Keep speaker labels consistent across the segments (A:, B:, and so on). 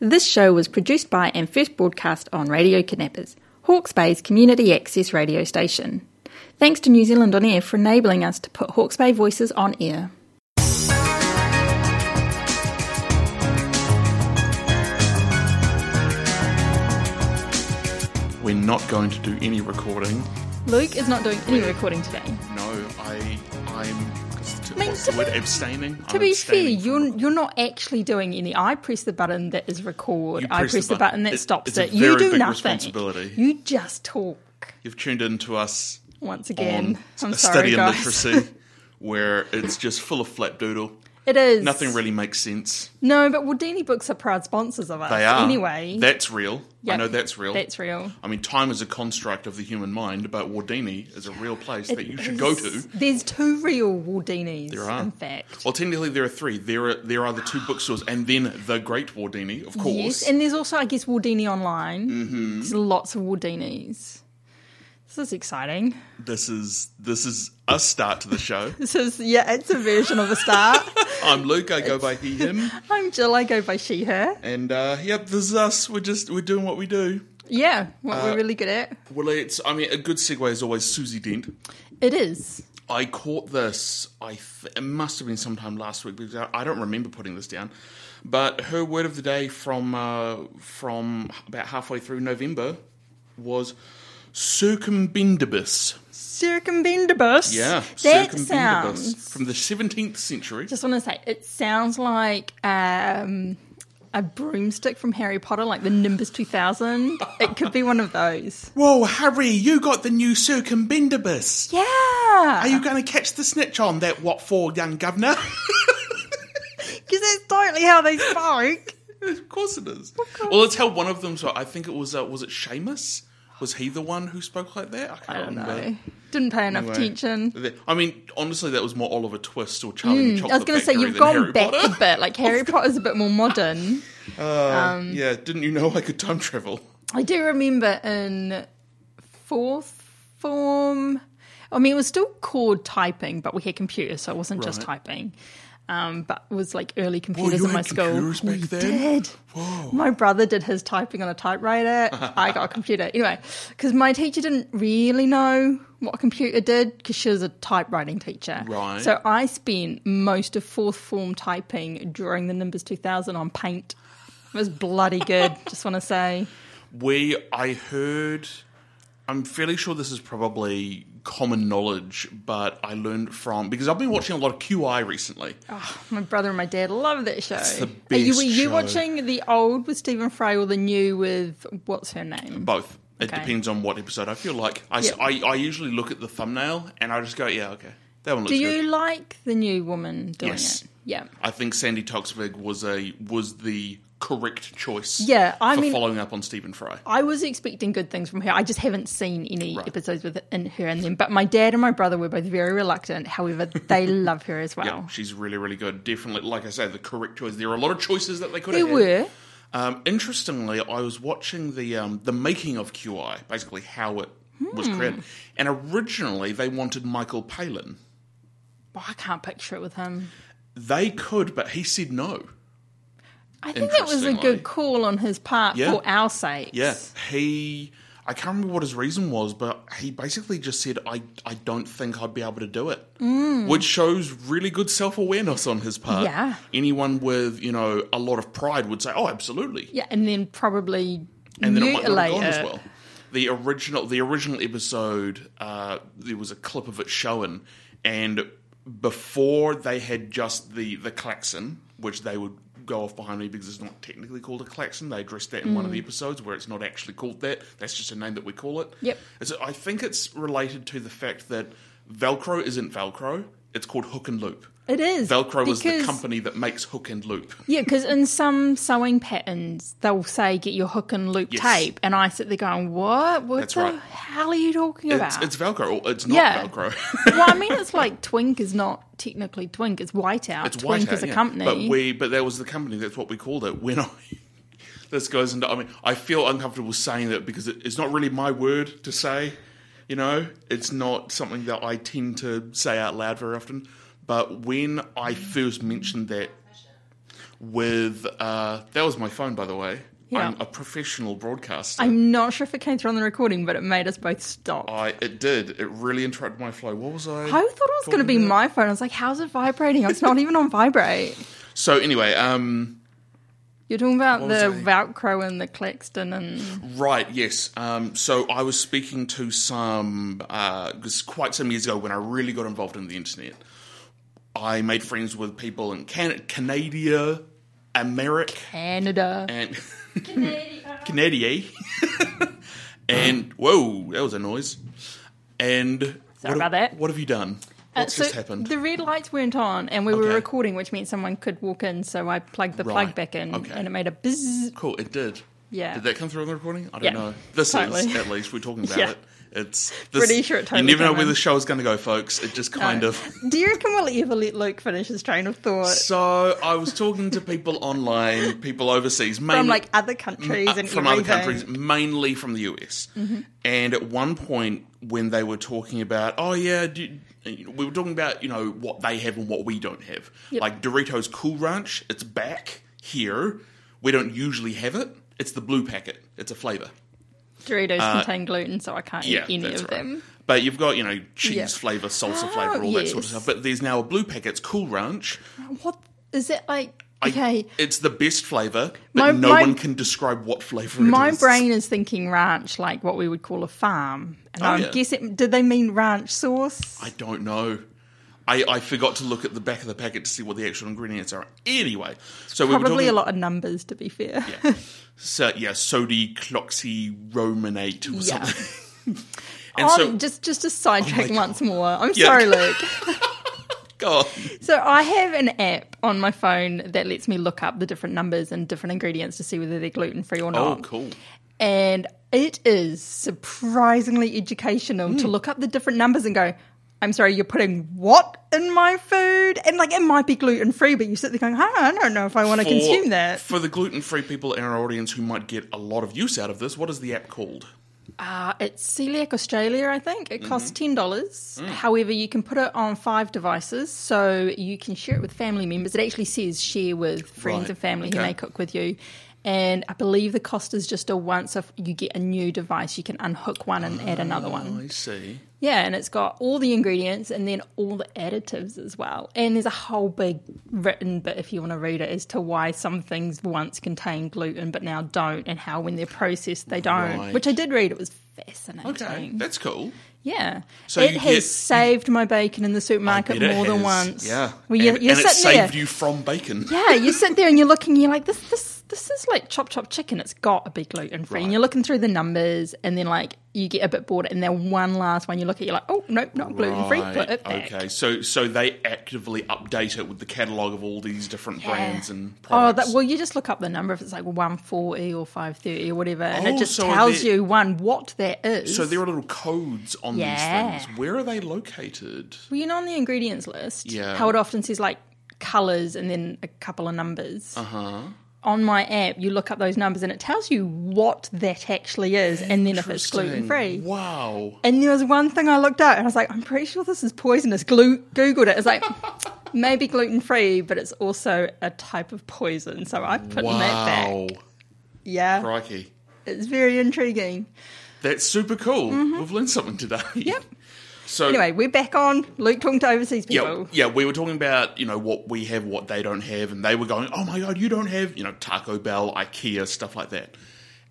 A: This show was produced by and first broadcast on Radio Kidnappers, Hawke's Bay's community access radio station. Thanks to New Zealand On Air for enabling us to put Hawke's Bay voices on air.
B: We're not going to do any recording.
A: Luke is not doing any recording today.
B: No, I, I'm.
A: Mate,
B: What's
A: to
B: the word?
A: be-
B: Abstaining.
A: To be fair, you're you're not actually doing any. I press the button that is record.
B: You
A: I
B: press
A: press
B: the
A: the button,
B: button.
A: that
B: It-
A: stops
B: it's a
A: it. You
B: very
A: do
B: big
A: nothing.
B: responsibility.
A: You just talk.
B: have tuned in to us
A: Once again,
B: on
A: I'm
B: a
A: sorry,
B: study in
A: guys.
B: literacy, where it's just full of flapdoodle.
A: It is
B: Nothing really makes sense.
A: No, but Wadini Books are proud sponsors of us.
B: They are
A: Anyway,
B: That's real. I
A: Yep.
B: know that's real.
A: that's real.
B: I mean, time is a construct of the human mind, but Wardini is a real place that you should go to.
A: There's two real Wardinis,
B: There are.
A: in fact.
B: Well, technically, there are three. There are there are the two bookstores, and then the Great Wardini, of course. Mm-hmm.
A: Yes, and there's also, I guess, Wardini online. There's lots of Wardinis. This is exciting.
B: this is this is a start to the show.
A: This is, yeah, it's a version of a start.
B: I'm Luke. I go by he him,
A: I'm Jill, I go by she, her.
B: and uh, yep, this is us. We're just we're doing what we do.
A: Yeah, what
B: Uh,
A: we're really good at.
B: Well, it's I mean, a good segue is always Susie Dent.
A: It is.
B: I caught this. I th- it must have been sometime last week because I I don't remember putting this down. But her word of the day from uh, from about halfway through November was circumbendibus.
A: Circumbendibus.
B: Yeah,
A: That
B: circumbendibus
A: sounds
B: from the 17th century.
A: just want to say it sounds like um, a broomstick from Harry Potter, like the Nimbus 2000. it could be one of those.
B: Whoa, Harry! You got the new circumbendibus.
A: Yeah.
B: Are you going to catch the snitch on that? What for, young governor?
A: Because that's totally how they spoke.
B: of course it is. Well, it's how one of them. So I think it was. Uh, was it Seamus? Was he the one who spoke like that? I can't
A: I don't
B: remember.
A: know. Didn't pay enough
B: Anyway,
A: attention.
B: th- I mean, honestly, that was more Oliver Twist or Charlie mm,
A: Hmm, I was going to say you've gone back um, a bit. Like Harry Potter's a bit more modern.
B: Um, yeah, didn't you know I could time travel?
A: I do remember in fourth form. I mean, it was still called typing, but we had computers, so it wasn't just
B: Right.
A: typing. Um, but it was like early computers
B: you
A: in my
B: had
A: school.
B: computers back
A: we
B: then?
A: did. My brother did his typing on a typewriter. I got a computer anyway because my teacher didn't really know what a computer did because she was a typewriting teacher.
B: Right.
A: So I spent most of fourth form typing during the Nimbus 2000 on Paint. It was bloody good. just want to say.
B: We, I heard, I'm fairly sure this is probably common knowledge, but I learned from because I've been watching a lot of QI recently.
A: My brother and my dad love that show.
B: the
A: Are you,
B: best
A: were you
B: show.
A: watching the old with Stephen Fry or the new with what's her name?
B: Both. It
A: Okay.
B: depends on what episode I feel like. I, s-
A: Yeah.
B: I- I usually look at the thumbnail and I just go, yeah, okay, that one looks
A: Do
B: good.
A: you like the new woman doing
B: Yes.
A: it? Yeah.
B: I think Sandy Toksvig was a was the correct choice.
A: Yeah, I
B: for
A: mean-
B: following up on Stephen Fry.
A: I was expecting good things from her. I just haven't seen any
B: Right.
A: episodes with in her and them. But my dad and my brother were both very reluctant. However, they love her as well.
B: Yeah, she's really, really good. Definitely, like I say, the correct choice. There are a lot of choices that they could
A: They
B: have. had.
A: were.
B: Um, interestingly, I was watching the um, the making of QI, basically how it was
A: Hmm.
B: created, and originally they wanted Michael Palin.
A: Oh, I can't picture it with him.
B: They could, but he said no.
A: I think that was a
B: Interestingly.
A: good call on his part
B: Yeah.
A: for our sake.
B: Yeah, he. I can't remember what his reason was, but he basically just said, "I I don't think I'd be able to do it," which shows really good self awareness on his part.
A: Yeah.
B: anyone with you know a lot of pride would say, "Oh, absolutely,"
A: Yeah, and then probably
B: and then it might not have
A: mutilate
B: gone as
A: it.
B: well. The original the original episode, uh, there was a clip of it showing, and before they had just the the klaxon, which they would go off behind me because it's not technically called a klaxon. They addressed that in one of
A: Hmm.
B: the episodes where it's not actually called that. That's just a name that we call it.
A: Yep.
B: It's, I think it's related to the fact that Velcro isn't Velcro. It's called Hook and Loop.
A: It is
B: Velcro is the
A: because-
B: company that makes Hook and Loop.
A: Yeah, because in some sewing patterns, they'll say get your hook and loop
B: Yes.
A: tape, and I sit there going, "What? What
B: That's
A: the
B: right.
A: hell are you talking
B: It's,
A: about?"
B: it's Velcro. It's not
A: Yeah.
B: Velcro.
A: well, I mean, it's like Twink is not technically Twink; it's Whiteout.
B: It's
A: Twink
B: Whiteout,
A: is a
B: yeah.
A: company.
B: But we, but that was the company. That's what we called it. When I, this goes into. I mean, I feel uncomfortable saying that because it, it's not really my word to say. You know, it's not something that I tend to say out loud very often. But when I first mentioned that, with uh, that was my phone, by the way.
A: Yeah.
B: I'm a professional broadcaster.
A: I'm not sure if it came through on the recording, but it made us both stop.
B: I it did. It really interrupted my flow. What was I?
A: I thought it was going to be
B: talking about?
A: my phone. I was like, how's it vibrating? It's not even on vibrate.
B: So anyway, um,
A: You're talking about
B: What was
A: the
B: I-
A: Velcro and the Claxton and
B: right, yes. Um, so I was speaking to some uh, just quite some years ago when I really got involved in the internet. I made friends with people in Can- Canada, America,
A: Canada.
B: and
A: uh-huh.
B: Canada, and whoa, that was a noise. And
A: Sorry
B: what
A: about
B: have,
A: that.
B: What have you done?
A: Uh,
B: What's
A: so
B: just happened?
A: The red lights weren't on, and we were
B: Okay.
A: recording, which meant someone could walk in. So I plugged the plug
B: Right.
A: back in,
B: Okay.
A: and it made a buzz.
B: Cool, it did.
A: Yeah.
B: Did that come through on the recording? I don't
A: Yeah,
B: know. This
A: totally.
B: is, at least, we're talking about
A: Yeah.
B: it. It's this,
A: Pretty sure it totally
B: You never know
A: came
B: where
A: in.
B: the show is going to go, folks. It just kind
A: No.
B: of.
A: Uh, Do you reckon we'll ever let Luke finish his train of thought
B: So I was talking to people online, people overseas, mainly
A: from like other countries
B: uh,
A: and
B: from
A: everything? Mm-hmm.
B: other countries, mainly from the US. And at one point, when they were talking about, oh yeah, do you- you know, we were talking about you know what they have and what we don't have,
A: Yep.
B: like Doritos Cool Ranch. It's back here. We don't usually have it. It's the blue packet. It's a flavor.
A: Doritos contain gluten, so I can't
B: Uh, Yeah,
A: eat any
B: that's
A: of
B: right.
A: them.
B: But you've got you know cheese
A: Yeah.
B: flavor, salsa
A: Oh,
B: flavor, all that sort
A: yes.
B: of stuff. But there's now a blue packet. It's Cool Ranch.
A: What is it like?
B: I-
A: Okay,
B: it's the best flavor, but
A: My-
B: no
A: my-
B: one can describe what flavor.
A: my
B: it is.
A: brain is thinking ranch, like what we would call a farm, and
B: Oh,
A: I'm
B: yeah.
A: guessing. Did they mean ranch sauce?
B: I don't know. I, I forgot to look at the back of the packet to see what the actual ingredients are. Anyway, so we were
A: Probably
B: talking,
A: a lot of numbers, to be fair.
B: So, yeah, sodi cloxyromanate or
A: Yeah.
B: something. and
A: Oh,
B: so, Oh
A: just just to sidetrack
B: God.
A: once more. I'm
B: Yeah.
A: sorry, Luke.
B: God,
A: So I have an app on my phone that lets me look up the different numbers and different ingredients to see whether they're gluten free or
B: oh,
A: not.
B: cool.
A: And it is surprisingly educational
B: Hmm.
A: to look up the different numbers and go, I'm sorry, you're putting what in my food? And like it might be gluten free, but you sit there going, huh, I don't know if I want to consume that.
B: For the gluten free people in our audience who might get a lot of use out of this, what is the app called?
A: Uh, it's Celiac Australia, I think.
B: Mm-hmm.
A: It costs ten dollars.
B: Mm.
A: However, you can put it on five devices, so you can share it with family members. It actually says share with friends
B: Right.
A: and family who
B: Okay.
A: may cook with you. And I believe the cost is just a once if you get a new device, you can unhook one and add another one.
B: I see.
A: Yeah, and it's got all the ingredients and then all the additives as well. And there's a whole big written bit if you want to read it as to why some things once contain gluten but now don't, and how when they're processed they don't.
B: Right.
A: Which I did read. It was
B: Okay,
A: fascinating.
B: that's cool.
A: Yeah.
B: So
A: it
B: you
A: has
B: get-
A: saved my bacon in the supermarket
B: It
A: more than
B: has-
A: once.
B: Yeah.
A: Well, you,
B: and,
A: you're
B: and it
A: sitting there.
B: saved you from bacon.
A: Yeah, you sit there and you're looking, you're like, this this this is like chop chop chicken. It's got a big gluten free.
B: Right.
A: And you're looking through the numbers and then like you get a bit bored and then one last one you look at, you're like, oh nope, not gluten free,
B: Right,
A: put it back.
B: Okay, so so they actively update it with the catalogue of all these different
A: Yeah.
B: brands and
A: Oh,
B: products.
A: that, well, you just look up the number if it's like 140 or 530 or whatever, and
B: Oh,
A: it just
B: so
A: tells
B: they-
A: you one what that is.
B: so there are little codes on
A: Yeah.
B: these things. Where are they located?
A: Well, you know, on the ingredients list,
B: Yeah.
A: how it often says like colors and then a couple of numbers. Uh huh.
B: Uh-huh.
A: On my app, you look up those numbers and it tells you what that actually is, and then if it's gluten free.
B: Wow.
A: And there was one thing I looked at and I was like, I'm pretty sure this is poisonous. Glu- Googled it. It's like, maybe gluten free, but it's also a type of poison. So I've put that back.
B: Wow.
A: Yeah.
B: Crikey.
A: It's very intriguing.
B: That's super cool. We've learned something today.
A: Mm-hmm. Yep.
B: So
A: Anyway, we're back on Luke talking to overseas
B: Yeah,
A: people.
B: yeah, we were talking about, you know, what we have, what they don't have, and they were going, Oh my god, you don't have, you know, Taco Bell, IKEA, stuff like that.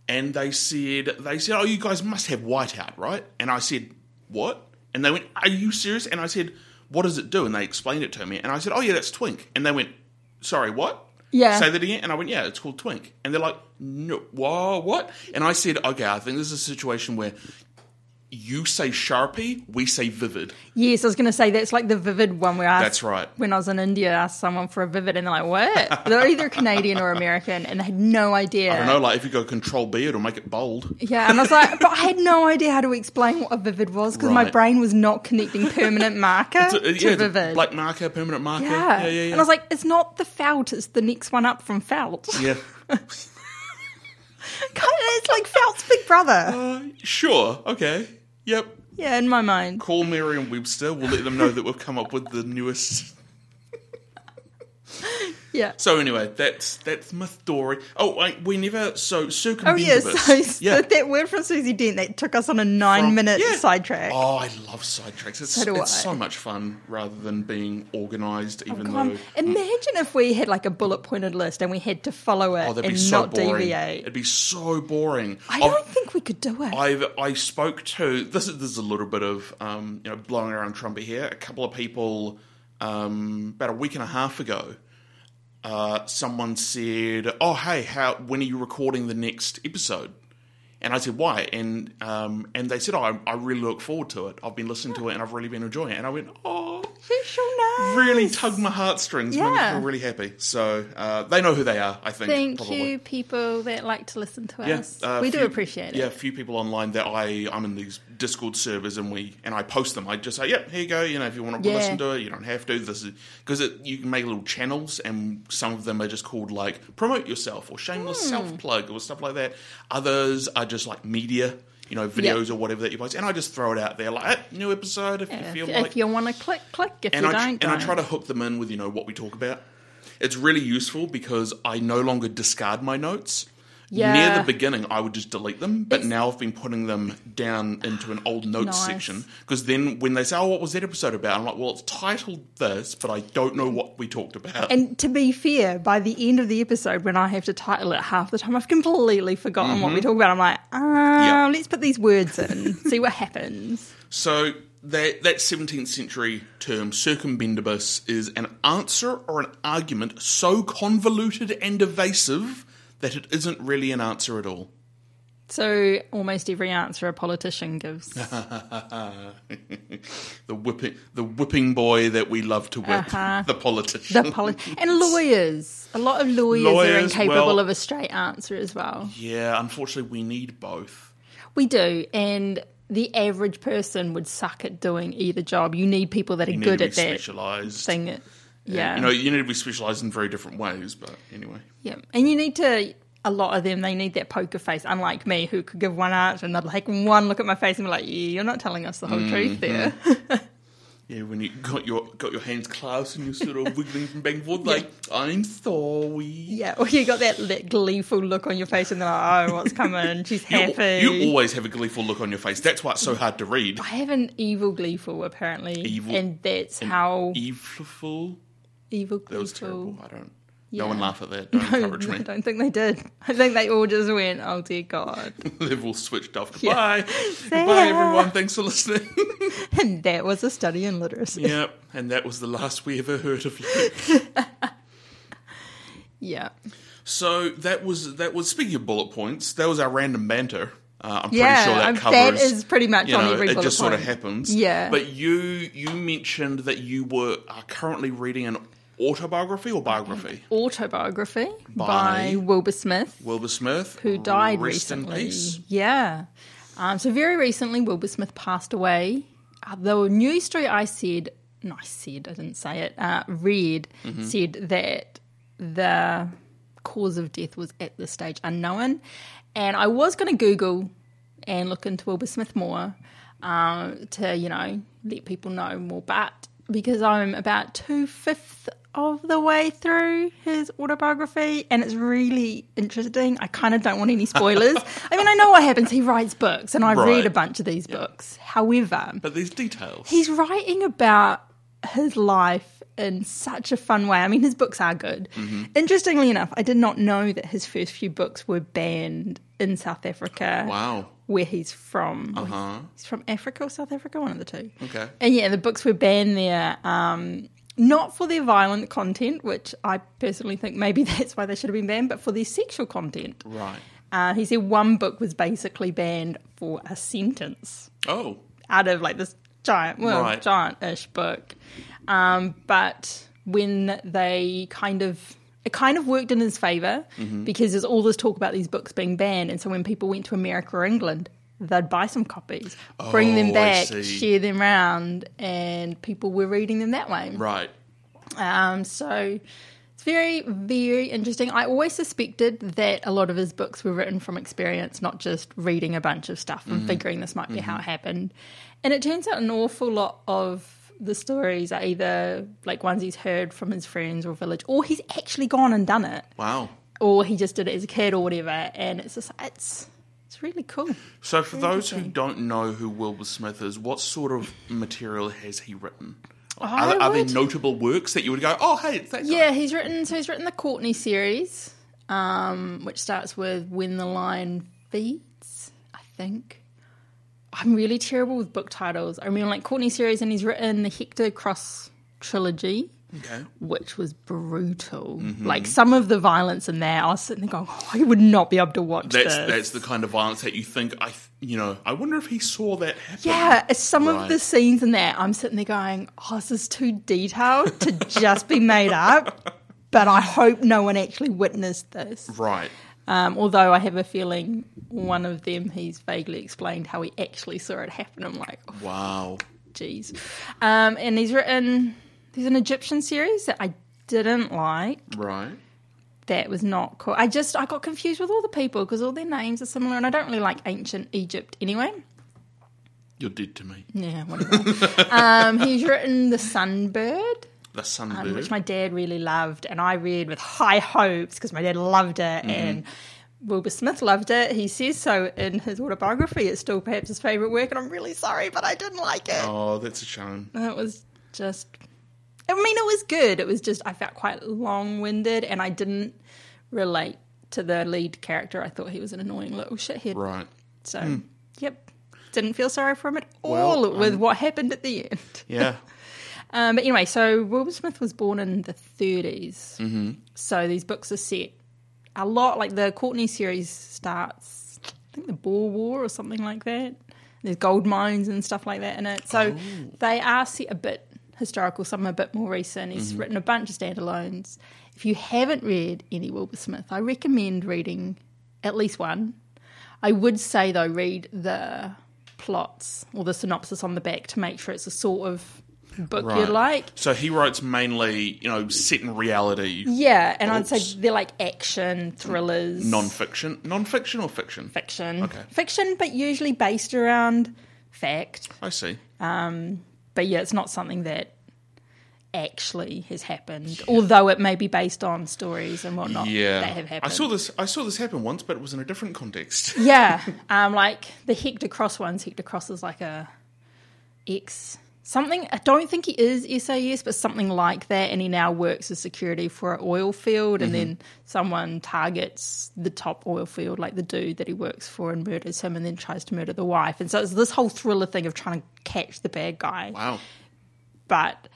B: And they said they said, Oh, you guys must have whiteout, right? And I said, What? And they went, Are you serious? And I said, What does it do? And they explained it to me. And I said, Oh yeah, that's Twink. And they went, Sorry, what?
A: Yeah.
B: Say that again. And I went, Yeah, it's called Twink. And they're like, No wha- what? And I said, Okay, I think this is a situation where you say Sharpie, we say vivid.
A: Yes, I was going to say that's like the vivid one where I
B: That's right.
A: When I was in India, I asked someone for a vivid, and they're like, "What?" They're either Canadian or American, and they had no idea.
B: I don't know, like if you go control B, it'll make it bold.
A: Yeah, and I was like, but I had no idea how to explain what a vivid was because my
B: Right.
A: brain was not connecting permanent marker
B: It's a-
A: to
B: uh, yeah, it's a
A: vivid.
B: black marker, permanent marker.
A: yeah.
B: Yeah, yeah, yeah.
A: and I was like, it's not the felt; it's the next one up from felt.
B: yeah.
A: Kinda, it's like felt's big brother.
B: Uh, sure, okay. Yep.
A: Yeah, in my mind.
B: Call Merriam Webster. We'll let them know that we've come up with the newest.
A: Yeah.
B: So anyway, that's that's my story. Oh, wait, we never. So Sue.
A: Oh yeah, so, so that word from Susie Dent that took us on a nine-minute
B: Um, yeah.
A: sidetrack.
B: Oh, I love sidetracks. It's,
A: So do
B: it's
A: I. Oh,
B: so much fun rather than being organised, even
A: God,
B: though.
A: imagine if we had like a bullet-pointed list and we had to follow it
B: Oh, that'd
A: and
B: be so
A: not
B: boring.
A: deviate.
B: It'd be so boring.
A: I
B: I've-
A: don't think we could do it.
B: I've I spoke to this is this is a little bit of um, you know blowing around trumpet here. A couple of people um, about a week and a half ago, uh, someone said, "Oh hey, how when are you recording the next episode?" And I said, "Why?" And um, and they said, "Oh, I, I really look forward to it. I've been listening to it and I've really been enjoying it." And I went, "Oh."
A: Special nice.
B: Really tug my heartstrings. Yeah.
A: Yeah.
B: me feel really happy. So uh, they know who they are. I think.
C: Thank
B: probably.
C: you, people that like to listen to
B: Yeah,
C: us.
B: uh,
C: we
B: few-
C: do appreciate it.
B: Yeah, a few people online that I I'm in these Discord servers and we and I post them. I just say, yep, here you go. You know, if you want to
A: Yeah.
B: listen to it, you don't have to. This is because you can make little channels, and some of them are just called like promote yourself or shameless
C: Hmm.
B: self plug or stuff like that. Others are just like media. You know, videos or whatever that you post, and I just throw it out there like "Eh, new episode if
C: If,
B: you feel
C: if
B: like.
C: you want to click, click. If
B: and
C: you
B: I tr-
C: don't,
B: and I
C: don't.
B: try to hook them in with you know what we talk about. It's really useful because I no longer discard my notes. Near
C: Yeah.
B: the beginning, I would just delete them, but
C: It's-
B: now I've been putting them down into an old notes
C: Nice.
B: section because then when they say, "Oh, what was that episode about?" I'm like, "Well, it's titled this, but I don't know what we talked about."
A: And to be fair, by the end of the episode, when I have to title it half the time, I've completely forgotten what we talk about. I'm like, oh,
B: Mm-hmm. Yeah.
A: let's put these words in, see what happens.
B: so that that 17th century term circumbendibus is an answer or an argument so convoluted and evasive that it isn't really an answer at all.
A: So almost every answer a politician gives.
B: the whipping the whipping boy that we love to whip,
A: Uh-huh.
B: the politician.
A: the poli- and lawyers. A lot of lawyers, are
B: Lawyers,
A: incapable
B: well-
A: of a straight answer as well.
B: yeah, unfortunately, we need both.
A: We do, and the average person would suck at doing either job. You need people that are
B: You need
A: good
B: to be
A: at that
B: specialized.
A: thing. Yeah.
B: You know, you need to be specialized in very different ways. But anyway,
A: Yeah, and you need to. A lot of them, they need that poker face. Unlike me, who could give one answer and I'd like one look at my face and be like, "Yeah, "You're not telling us the whole
B: Mm-hmm.
A: truth there."
B: yeah, when you got your got your hands clasped and you're sort of wiggling from back and forth, like I'm sorry.
A: yeah, or you got that, that gleeful look on your face and they're like, "Oh, what's coming? She's
B: You,
A: happy."
B: you always have a gleeful look on your face. That's why it's so hard to read.
A: I have an evil gleeful, apparently,
B: Evil-
A: and that's how
B: Evil.
A: evil
B: That
A: gleeful.
B: was terrible. I don't.
A: Yeah.
B: No one laugh at that. Don't
A: No,
B: encourage
A: I
B: me.
A: don't think they did. I think they all just went, "Oh dear God,"
B: They've all switched off.
A: Yeah.
B: Goodbye. Goodbye, everyone. Thanks for listening.
A: and that was a study in literacy.
B: Yep, and that was the last we ever heard of Luke.
A: Yeah,
B: So that was that was speaking of bullet points. That was our random banter. Uh, I'm pretty
A: yeah,
B: sure that
A: um,
B: covers.
A: that is pretty much
B: you
A: on
B: know,
A: every
B: it
A: bullet
B: just sort of
A: point.
B: happens.
A: Yeah.
B: But you you mentioned that you were are currently reading an autobiography or biography.
A: autobiography
B: By-
A: by, Wilbur Smith,
B: Wilbur Smith,
A: who died
B: rest
A: recently.
B: in peace.
A: Yeah. Um, so very recently, Wilbur Smith passed away. Uh, the news story I said, no, I said, I didn't say it, uh, read,
B: Mm-hmm.
A: said that the cause of death was at this stage unknown. And I was going to Google and look into Wilbur Smith more uh, to, you know, let people know more. But because I'm about two fifths of the way through his autobiography and it's really interesting, I kind of don't want any spoilers. I mean, I know what happens. He writes books and I
B: Right.
A: read a bunch of these books. However,
B: But these details.
A: he's writing about his life in such a fun way. I mean, his books are good. Interestingly enough, I did not know that his first few books were banned in South Africa.
B: Wow. Uh-huh.
A: Where he's from. He's from Africa or South Africa, one of the two.
B: Okay.
A: And yeah, the books were banned there, um, not for their violent content, which I personally think maybe that's why they should have been banned, but for their sexual content.
B: Right.
A: Uh, he said one book was basically banned for a sentence
B: Oh.
A: out of like this giant, well,
B: Right.
A: giant-ish book. Um, but when they kind of it kind of worked in his favor
B: Mm-hmm.
A: because there's all this talk about these books being banned, and so when people went to America or England, they'd buy some copies, bring
B: Oh, I
A: them back,
B: see.
A: share them round, and people were reading them that way.
B: Right.
A: Um, so it's very, very interesting. I always suspected that a lot of his books were written from experience, not just Mm-hmm. reading a bunch of stuff and figuring this might be how it happened. And it turns out an awful lot of the stories are either like ones he's heard from his friends or village, or he's actually gone and done it,
B: Wow.
A: or he just did it as a kid or whatever. And it's just it's it's really cool.
B: So, for those who don't know who Wilbur Smith is, what sort of material has he written? Are, there,
A: I
B: are there
A: would-
B: notable works that you would go, oh, hey, it's that guy"?
A: Yeah, he's written. So he's written the Courtney series, um, which starts with "When the Lion Feeds." I think I'm really terrible with book titles. I mean, like Courtney series, and he's written the Hector Cross trilogy,
B: Okay.
A: which was brutal.
B: Mm-hmm.
A: Like some of the violence in there, I was sitting there going, oh, "I would not be able to watch
B: That's
A: this."
B: that's the kind of violence that you think I, th- you know, I wonder if he saw that happen.
A: yeah, it's some of
B: Right.
A: the scenes in there, I'm sitting there going, oh, this is too detailed to just be made up. But I hope no one actually witnessed this.
B: Right.
A: Um, although I have a feeling one of them, he's vaguely explained how he actually saw it happen. I'm like, oh,
B: Wow.
A: jeez. Um, and he's written, there's an Egyptian series that I didn't like.
B: Right.
A: That was not cool. I just, I got confused with all the people because all their names are similar and I don't really like ancient Egypt anyway.
B: You're dead to me.
A: Yeah, whatever. um, he's written The Sunbird.
B: The
A: um,
B: sunbird.
A: which my dad really loved, and I read with high hopes because my dad loved it,
B: Mm-hmm.
A: and Wilbur Smith loved it. He says so in his autobiography. It's still perhaps his favourite work, and I'm really sorry, but I didn't like it.
B: oh, that's a shame.
A: And It was just, I mean, it was good. It was just I felt quite long-winded, and I didn't relate to the lead character. I thought he was an annoying little shithead.
B: Right. Hmm.
A: So, yep, didn't feel sorry for him at
B: Well, um,
A: all with what happened at the end.
B: Yeah.
A: Um, but anyway, so Wilbur Smith was born in the 30s. Mm-hmm. So these books are set a lot like the Courtney series starts, I think the Boer War or something like that. There's gold mines and stuff like that in it. So they are set a bit historical, some are a bit more recent. He's written a bunch of standalones. If you haven't read any Wilbur Smith, I recommend reading at least one. I would say though, read the plots or the synopsis on the back to make sure it's the sort of book
B: Right.
A: you like.
B: So he writes mainly, you know, set in reality,
A: Yeah, and I'd
B: Oops.
A: say they're like action thrillers,
B: non-fiction, non-fiction or fiction.
A: fiction,
B: Okay.
A: fiction, but usually based around fact.
B: I see.
A: But yeah, it's not something that actually has happened, although it may be based on stories and whatnot
B: yeah.
A: that have happened.
B: I saw this. I saw this happen once, but it was in a different context.
A: Yeah, um, like the Hector Cross ones. Hector Cross is like a ex something. I don't think he is SAS, but something like that. And he now works as security for an oil field. And
B: Mm-hmm.
A: then someone targets the top oil field, like the dude that he works for, and murders him, and then tries to murder the wife. And so it's this whole thriller thing of trying to catch the bad guy
B: Wow.
A: but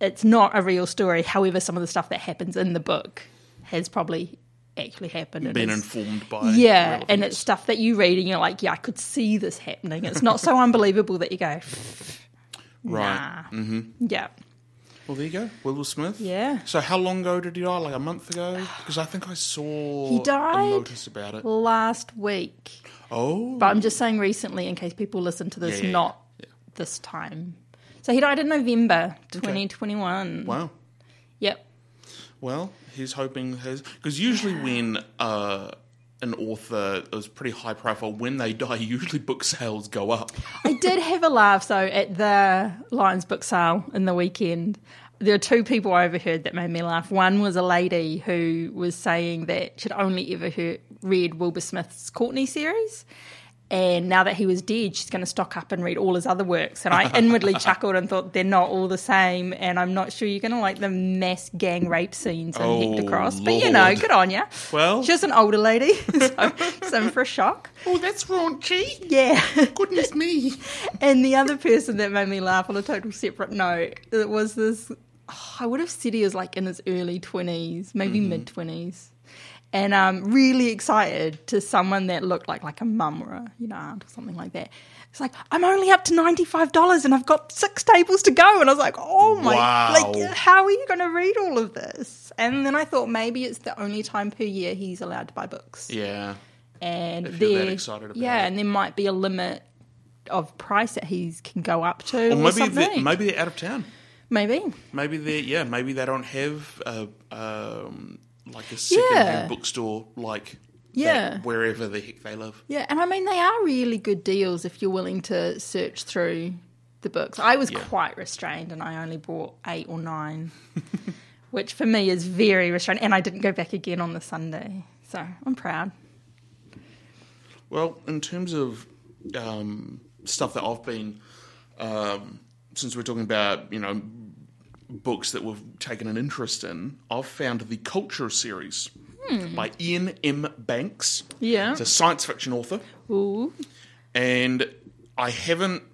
A: it's not a real story. However, some of the stuff that happens in the book has probably actually happened. and
B: Been
A: is-
B: informed by
A: yeah,
B: relevant-
A: and it's stuff that you read and you're like, yeah, I could see this happening. It's not so unbelievable that you go,
B: right. Mm-hmm.
A: nah. Yeah.
B: Well, there you go, Wilbur Smith.
A: Yeah.
B: So how long ago did he die? Like a month ago? Because I think I saw
A: He died
B: a notice about it.
A: Last week,
B: Oh,
A: but I'm just saying recently in case people listen to this,
B: Yeah, yeah,
A: not this time. So he died in November 2021.
B: wow.
A: Yep.
B: Well, he's hoping his because usually when uh, an author is pretty high profile, when they die, usually book sales go up.
A: I did have a laugh though at the Lions book sale in the weekend. There are two people I overheard that made me laugh. One was a lady who was saying that she'd only ever heard, read Wilbur Smith's Courtney series. And now that he was dead, she's going to stock up and read all his other works. And I inwardly chuckled and thought, they're not all the same. And I'm not sure you're going to like the mass gang rape scenes in
B: Oh,
A: Hector Cross. But you know,
B: Lord.
A: good on you.
B: Well-
A: She's an older lady, so it's in for a shock.
B: Oh, that's raunchy!
A: Yeah.
B: Goodness me!
A: And the other person that made me laugh on a total separate note it was this. oh, I would have said he was like in his early twenties, maybe mid twenties, and um, really excited to someone that looked like like a mum or a you know aunt or something like that. It's like I'm only up to ninety five dollars and I've got six tables to go, and I was like, oh my,
B: Wow.
A: like how are you going to read all of this? And then I thought maybe it's the only time per year he's allowed to buy books
B: Yeah,
A: and
B: If you're that
A: there-
B: excited about
A: yeah,
B: it.
A: and there might be a limit of price that he can go up to, or,
B: or maybe they're,
A: something.
B: maybe they're out of town.
A: maybe,
B: Maybe they yeah. Maybe they don't have a um, like a secondhand
A: Yeah.
B: bookstore like that
A: Yeah.
B: wherever the heck they live.
A: yeah. And I mean, they are really good deals if you're willing to search through the books. I was
B: Yeah.
A: quite restrained and I only bought eight or nine, which for me is very restrained. And I didn't go back again on the Sunday. So I'm proud.
B: Well, in terms of um, stuff that I've been, um, since we're talking about you know books that we've taken an interest in, I've found the Culture series by Ian M. Banks.
A: Yeah.
B: he's a science fiction author,
A: Ooh.
B: and I haven't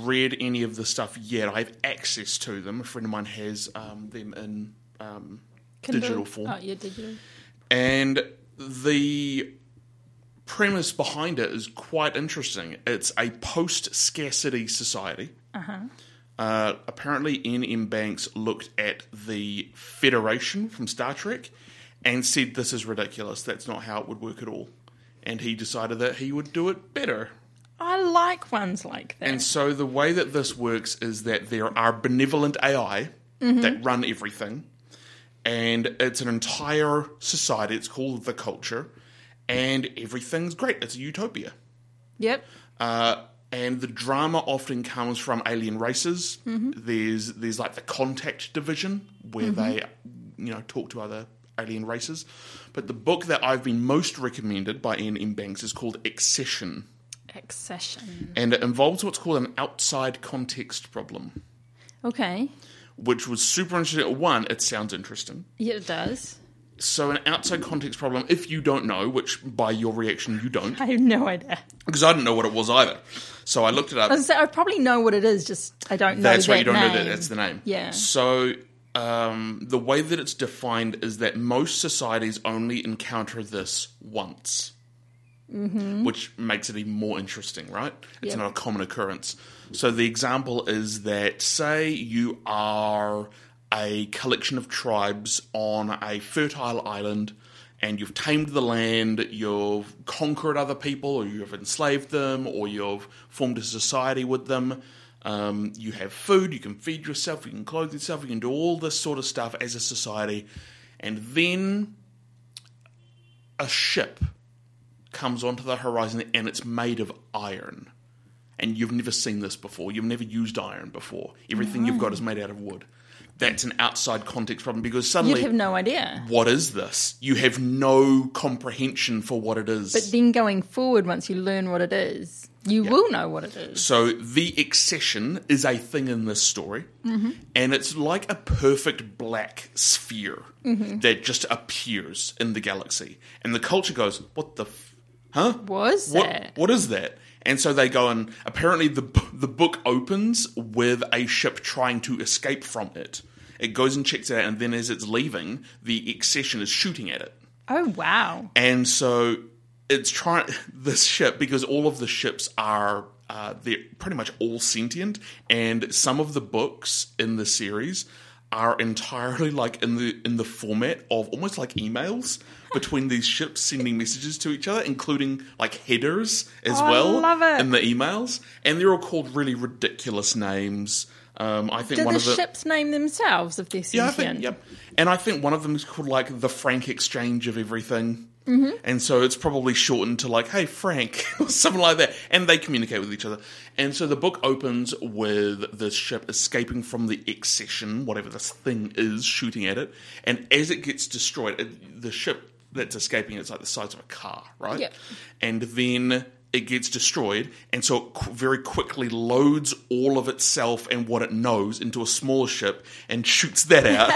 B: read any of the stuff yet. I have access to them. A friend of mine has um, them in um,
C: Kindle.
B: digital form
C: Oh, yeah, digital.
B: and the premise behind it is quite interesting. It's a post scarcity society. Uh, apparently, N.M. Banks looked at the Federation from Star Trek and said, This is ridiculous. That's not how it would work at all. And he decided that he would do it better.
A: I like ones like that.
B: And so the way that this works is that there are benevolent AI that run everything, and it's an entire society. It's called the culture, and everything's great. It's a utopia.
A: yep.
B: Uh, and the drama often comes from alien races. There's there's like the contact division where they you know talk to other alien races. But the book that I've been most recommended by Ian M. Banks is called Accession
A: Accession.
B: and it involves what's called an outside context problem,
A: Okay.
B: which was super interesting. One, it sounds interesting.
C: Yeah, it does.
B: So, an outside context problem, if you don't know, which by your reaction you don't,
A: I have no idea.
B: because I didn't know what it was either. So, I looked it up.
A: I, was gonna say, I probably know what it is, just I don't know.
B: That's
A: that
B: why you don't
A: name.
B: know that that's the name.
A: Yeah.
B: So, um, the way that it's defined is that most societies only encounter this once. which makes it even more interesting, right? It's
A: Yep.
B: not a common occurrence. So the example is that, say, you are a collection of tribes on a fertile island. And you've tamed the land, you've conquered other people, or you've enslaved them, or you've formed a society with them. Um, you have food, you can feed yourself, you can clothe yourself, you can do all this sort of stuff as a society. And then a ship comes onto the horizon and it's made of iron. And you've never seen this before. You've never used iron before. Everything you've got is made out of wood. That's an outside context problem because
A: You'd
B: suddenly,
A: have no idea.
B: what is this? You have no comprehension for what it is.
A: But then going forward, once you learn what it is, you will know what it is.
B: So the accession is a thing in this story,
A: Mm-hmm.
B: and it's like a perfect black sphere
A: Mm-hmm.
B: that just appears in the galaxy, and the culture goes, "What the, f- huh?
A: Was
B: what?
A: that?
B: What is that?" And so they go and apparently the b- the book opens with a ship trying to escape from it. It goes and checks it out, and then as it's leaving, the accession is shooting at it.
A: Oh wow!
B: And so it's trying this ship because all of the ships are uh, they're pretty much all sentient, and some of the books in the series are entirely like in the in the format of almost like emails between these ships sending messages to each other, including like headers as
A: Oh, I
B: well
A: love it.
B: in the emails, and they're all called really ridiculous names. Um, I think
A: Do
B: one
A: the
B: of the
A: ships name themselves if they're
B: yeah, I
A: sentient?
B: think, yep. And I think one of them is called like the Frank Exchange of everything. Mm-hmm. And so it's probably shortened to like, hey, Frank, or something like that. And they communicate with each other. And so the book opens with this ship escaping from the accession, whatever this thing is, shooting at it. And as it gets destroyed, it, the ship that's escaping it's like the size of a car, right?
A: Yep.
B: And then it gets destroyed, and so it qu- very quickly loads all of itself and what it knows into a smaller ship and shoots that out.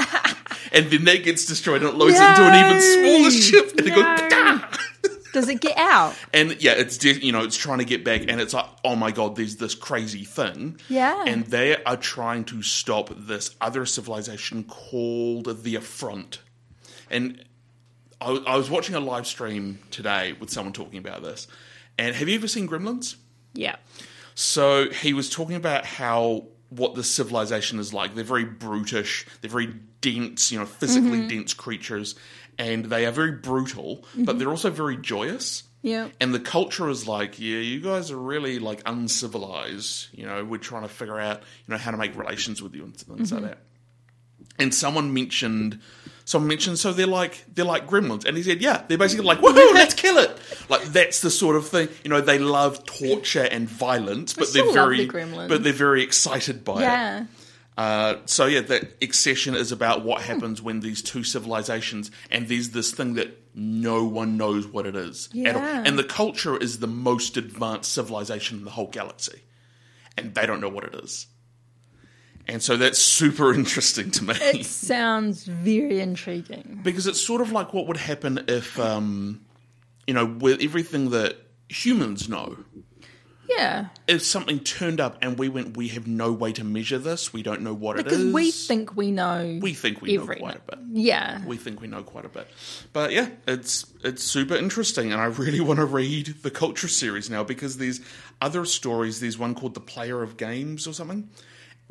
B: and then that gets destroyed and it loads it into an even
A: No.
B: smaller ship and it goes,
A: No.
B: "Pah!"
A: Does it get out?
B: and yeah, it's de- you know it's trying to get back, and it's like, oh my god, there's this crazy thing.
A: Yeah.
B: and they are trying to stop this other civilization called the Affront. And I, I was watching a live stream today with someone talking about this. And have you ever seen Gremlins?
A: Yeah.
B: So he was talking about how what the civilization is like. They're very brutish. They're very dense, you know, physically dense creatures, and they are very brutal, but they're also very joyous.
A: Yeah.
B: And the culture is like, yeah, you guys are really like uncivilized. You know, we're trying to figure out, you know, how to make relations with you and things
C: Mm-hmm.
B: like that. And someone mentioned, someone mentioned, so they're like, they're like gremlins. And he said, yeah, they're basically like, woohoo, let's kill it. Like that's the sort of thing you know. They love torture and violence, but
C: still
B: they're
C: love
B: very
C: the Gremlins.
B: but they're very excited by it.
C: Yeah.
B: Uh, so yeah, that accession is about what happens when these two civilizations and there's this thing that no one knows what it is at all.
A: Yeah.
B: And the culture is the most advanced civilization in the whole galaxy, and they don't know what it is. And so that's super interesting to me
A: It sounds very intriguing.
B: because it's sort of like what would happen if, um, you know, with everything that humans know,
A: Yeah.
B: if something turned up and we went, we have no way to measure this, we don't know what it
A: Because
B: is.
A: we think we know.
B: we think we know
A: every-
B: quite a bit.
A: yeah.
B: we think we know quite a bit. But yeah, it's it's super interesting, and I really want to read the culture series now because there's other stories. There's one called "The Player of Games" or something.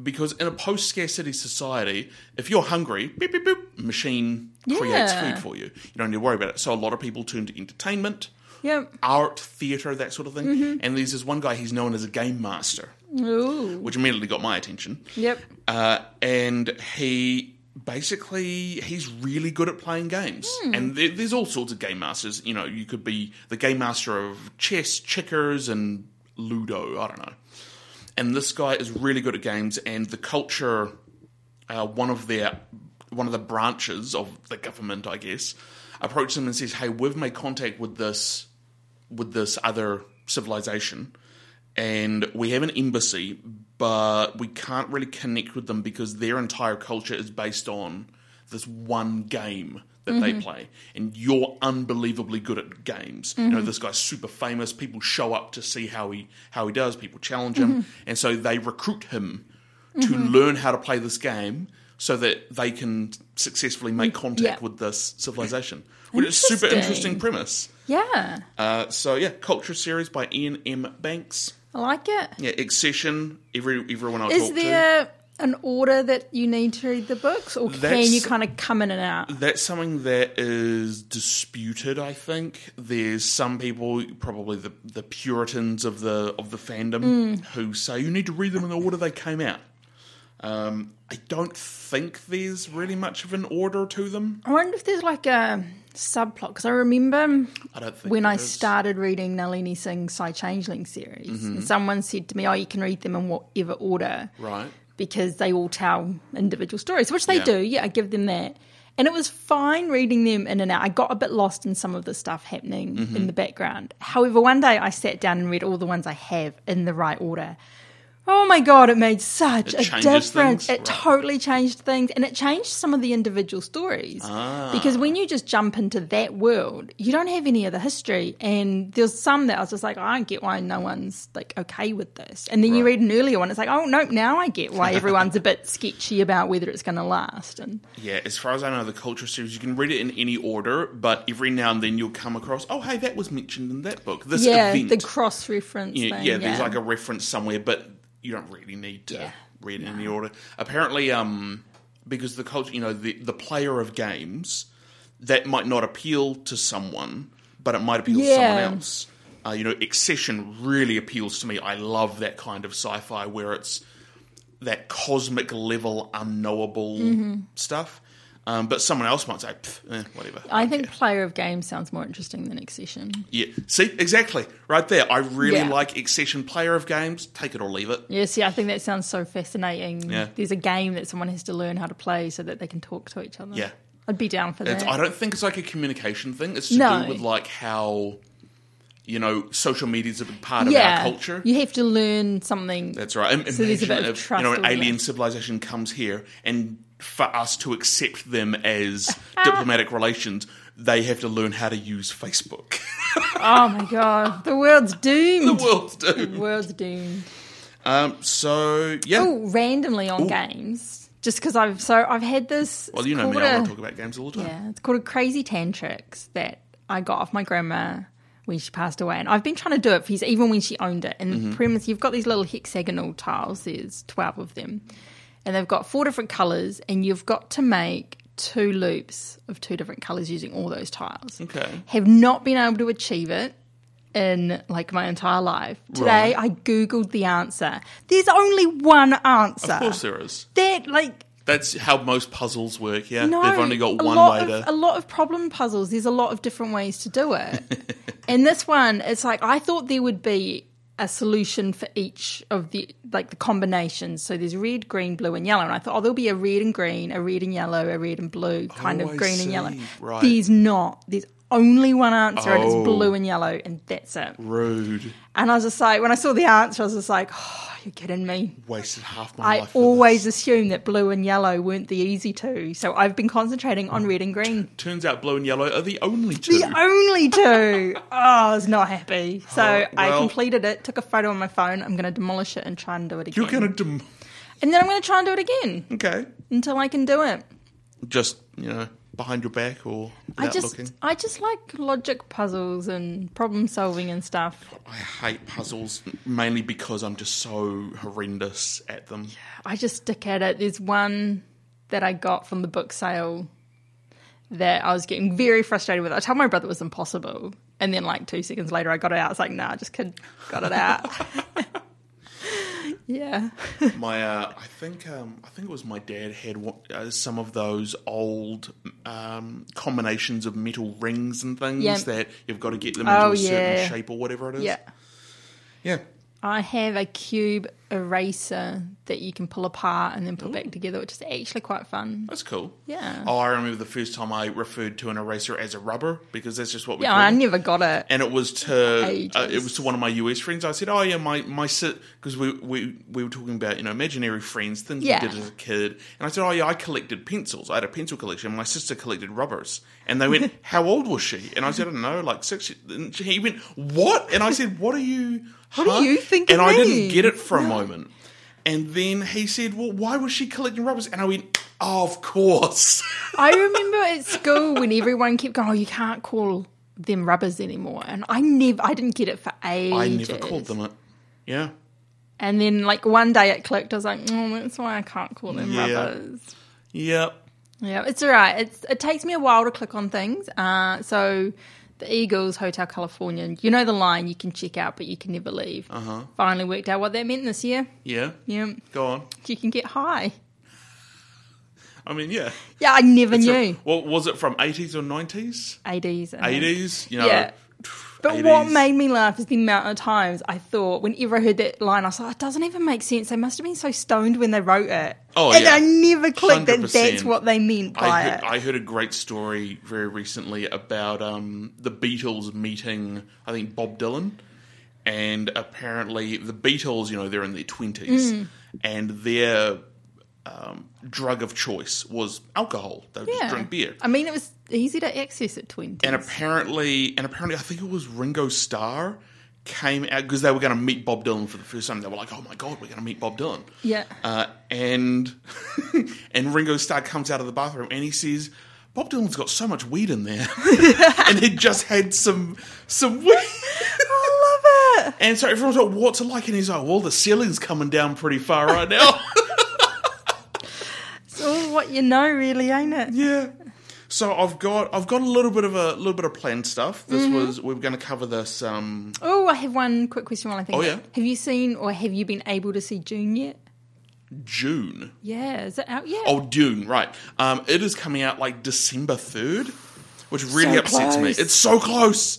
B: Because in a post scarcity society, if you're hungry, beep beep beep, machine creates
A: Yeah.
B: food for you. You don't need to worry about it. So a lot of people turn to entertainment,
A: Yep.
B: art, theatre, that sort of thing. And there's this one guy. He's known as a game master,
A: Ooh.
B: which immediately got my attention.
A: Yep.
B: Uh, and he basically he's really good at playing games and there, there's all sorts of game masters you know you could be the game master of chess checkers and ludo i don't know and this guy is really good at games and the culture uh, one of their one of the branches of the government i guess approaches him and says hey we've made contact with this with this other civilization and we have an embassy but we can't really connect with them because their entire culture is based on this one game that they
A: Mm-hmm.
B: play and you're unbelievably good at games you
A: Mm-hmm.
B: know this guy's super famous people show up to see how he how he does people challenge him
A: Mm-hmm.
B: and so they recruit him to learn how to play this game so that they can successfully make
A: Mm,
B: contact
A: Yeah.
B: with this civilization which is super
A: Interesting.
B: interesting premise
A: Yeah.
B: uh, so yeah, Culture Series by Ian M. Banks.
A: I like it.
B: Yeah, Accession. Every everyone I
A: Is
B: talk
A: there an order that you need to read the books, or
B: That's-
A: can you kind of come in and out?
B: to, that's something that is disputed. I think there's some people, probably the the Puritans of the of the fandom,
A: Mm.
B: who say you need to read them in the order they came out. Um, I don't think there's really much of an order to them.
A: I wonder if there's like a subplot because I remember
B: I don't think
A: when
B: there
A: I
B: is.
A: started reading Nalini Singh's Psy Changeling series,
B: Mm-hmm.
A: and someone said to me, "Oh, you can read them in whatever order,
B: Right.
A: Because they all tell individual stories, which they
B: Yeah.
A: do. Yeah, I give them that." And it was fine reading them in and out. I got a bit lost in some of the stuff happening
B: Mm-hmm.
A: in the background. However, one day I sat down and read all the ones I have in the right order. Oh my god, it made such
B: It
A: a
B: changes
A: difference.
B: things,
A: It
B: right.
A: totally changed things and it changed some of the individual stories.
B: Ah.
A: Because when you just jump into that world, you don't have any of the history. And there's some that I was just like, I don't get why no one's like okay with this. And then you
B: Right.
A: read an earlier one, it's like, oh nope, now I get why everyone's a bit sketchy about whether it's gonna last. And
B: Yeah, as far as I know, the culture series, you can read it in any order, but every now and then you'll come across, oh, hey, that was mentioned in that book. This
A: yeah,
B: event.
A: the cross reference
B: yeah,
A: thing.
B: yeah, there's like a reference somewhere, but you don't really need to
A: Yeah.
B: read it in any order. Apparently, um, because the culture, you know, the, the player of games, that might not appeal to someone, but it might appeal to
A: Yeah.
B: someone else. Uh, you know, Accession really appeals to me. I love that kind of sci fi where it's that cosmic level unknowable
A: Mm-hmm.
B: stuff. Um, but someone else might say, "Pff, eh, whatever.
A: I think player of games sounds more interesting than accession.
B: Yeah. See, exactly. Right there. I really
A: Yeah.
B: like Accession player of games. Take it or leave it.
A: Yeah, see, I think that sounds so fascinating.
B: Yeah.
A: There's a game that someone has to learn how to play so that they can talk to each other.
B: Yeah.
A: I'd be down for
B: It's,
A: that.
B: I don't think it's like a communication thing. It's to
A: No.
B: do with like how, you know, social media's a big part
A: yeah,
B: of our culture.
A: You have to learn something.
B: That's right. Im-
A: So there's a bit
B: imagine
A: of
B: if,
A: trust
B: you know, an
A: all
B: alien
A: around.
B: civilization comes here, and for us to accept them as diplomatic relations, they have to learn how to use Facebook.
A: oh my god, the world's
B: the
A: doomed.
B: world's do.
A: The world's doomed.
B: Um, so yeah.
A: Oh, randomly on
B: Ooh.
A: games, just because I've so I've had this.
B: well,
A: it's
B: you know me.
A: called
B: I
A: a-
B: want to talk about games all the time.
A: Yeah, it's called a crazy tantrix that I got off my grandma when she passed away, and I've been trying to do it for years, even when she owned it. And
B: Mm-hmm.
A: the premise, you've got these little hexagonal tiles. There's twelve of them, and they've got four different colors, and you've got to make two loops of two different colors using all those tiles.
B: Okay.
A: Have not been able to achieve it in like my entire life. Today,
B: Right.
A: I googled the answer. There's only one answer.
B: Of course there is.
A: That like
B: That's how most puzzles work. Yeah,
A: No,
B: they've only got
A: a
B: one
A: lot
B: way
A: of,
B: to.
A: A lot of problem puzzles. There's a lot of different ways to do it. and this one, it's like I thought there would be a solution for each of the like the combinations. So there's red, green, blue, and yellow. And I thought, oh, there'll be a red and green, a red and yellow, a red and blue, kind
B: Oh,
A: of
B: I
A: green and
B: see.
A: yellow.
B: Right.
A: There's not. There's only one answer, and
B: Oh.
A: it's blue and yellow, and that's it.
B: Rude.
A: And I was just like, when I saw the answer, I was just like, oh, you're kidding me.
B: Wasted half my
A: I
B: life. for
A: always
B: this.
A: assumed that blue and yellow weren't the easy two, so I've been concentrating
B: Mm.
A: on red and green.
B: Turns out blue and yellow are the only two.
A: The only two. Oh, I was not happy. So
B: Oh,
A: I
B: well.
A: completed it, took a photo on my phone. I'm going to demolish it and try and do it again.
B: You're gonna dem-
A: And then I'm going to try and do it again
B: okay.
A: until I can do it.
B: Just you know behind your back or
A: I
B: without
A: just,
B: looking.
A: I just like logic puzzles and problem solving and stuff.
B: I hate puzzles mainly because I'm just so horrendous at them.
A: I just stick at it. There's one that I got from the book sale that I was getting very frustrated with. I told my brother it was impossible. And then, like, two seconds later, I got it out. It's like, nah, just kid, got it out. yeah.
B: My, uh, I think, um, I think it was my dad had one- uh, some of those old um, combinations of metal rings and things
A: Yeah.
B: that you've got to get them
A: Oh, yeah.
B: into a certain shape or whatever it is.
A: Yeah.
B: yeah.
A: I have a cube eraser that you can pull apart and then put back together, which is actually quite fun.
B: That's cool.
A: Yeah.
B: Oh, I remember the first time I referred to an eraser as a rubber because that's just what we.
A: Yeah,
B: called
A: I
B: it.
A: never got it.
B: and it was to
A: Ages.
B: uh, it was to one of my US friends. I said, "Oh yeah, my my because we we we were talking about you know imaginary friends, things
A: Yeah.
B: we did as a kid." And I said, "Oh yeah, I collected pencils. I had a pencil collection. My sister collected rubbers." And they went, "How old was she?" And I said, "I don't know, like six. And he went, "What?" And I said, "What are you? What
A: do you think it
B: And I didn't
A: means?
B: get it for a moment. And then he said, "Well, why was she collecting rubbers?" And I went, oh, "Of course."
A: I remember at school when everyone kept going, "Oh, you can't call them rubbers anymore," and I never, I didn't get it for ages.
B: I never called them it. Yeah.
A: And then, like one day, it clicked. I was like, "Oh, that's why I can't call them
B: Yeah.
A: rubbers."
B: Yep.
A: Yeah, it's all right. It's, it takes me a while to click on things. Uh, so, the Eagles, Hotel California, you know the line you can check out, but you can never leave. Uh-huh. Finally worked out what that meant this year.
B: Yeah.
A: Yeah,
B: Go on.
A: you can get high.
B: I mean, yeah.
A: Yeah, I never
B: So,
A: knew.
B: What was it from eighties or nineties?
A: 80s. and-
B: Eighties, you know.
A: Yeah. But
B: 80s.
A: what made me laugh is the amount of times I thought, whenever I heard that line, I was like, it doesn't even make sense. They must have been so stoned when they wrote it.
B: Oh,
A: and
B: yeah.
A: I never clicked that
B: 100%.
A: that's what they meant by
B: I heard,
A: it.
B: I heard a great story very recently about um, the Beatles meeting, I think Bob Dylan, and apparently the Beatles, you know, they're in their twenties,
A: Mm.
B: and their um, drug of choice was alcohol. They would
A: yeah.
B: just drink beer.
A: I mean, it was easy to access at 20.
B: and apparently, and apparently, I think it was Ringo Starr came out because they were going to meet Bob Dylan for the first time. They were like, "Oh my god, we're going to meet Bob Dylan."
A: Yeah.
B: Uh, and and Ringo Starr comes out of the bathroom and he says, "Bob Dylan's got so much weed in there, and he just had some some weed."
A: I love it.
B: And so everyone's like, "What's it like?" And he's like, "Well, the ceiling's coming down pretty far right now."
A: It's all what you know, really, ain't it?
B: Yeah. So I've got I've got a little bit of a little bit of planned stuff. This
A: Mm-hmm.
B: was we are going to cover this. Um,
A: Oh, I have one quick question while I think.
B: Oh,
A: of it.
B: yeah.
A: Have you seen or have you been able to see June yet?
B: June.
A: Yeah, is it out yet?
B: Oh, Dune, right. Um, it is coming out like December 3rd, which really upsets
A: close.
B: me. It's so close,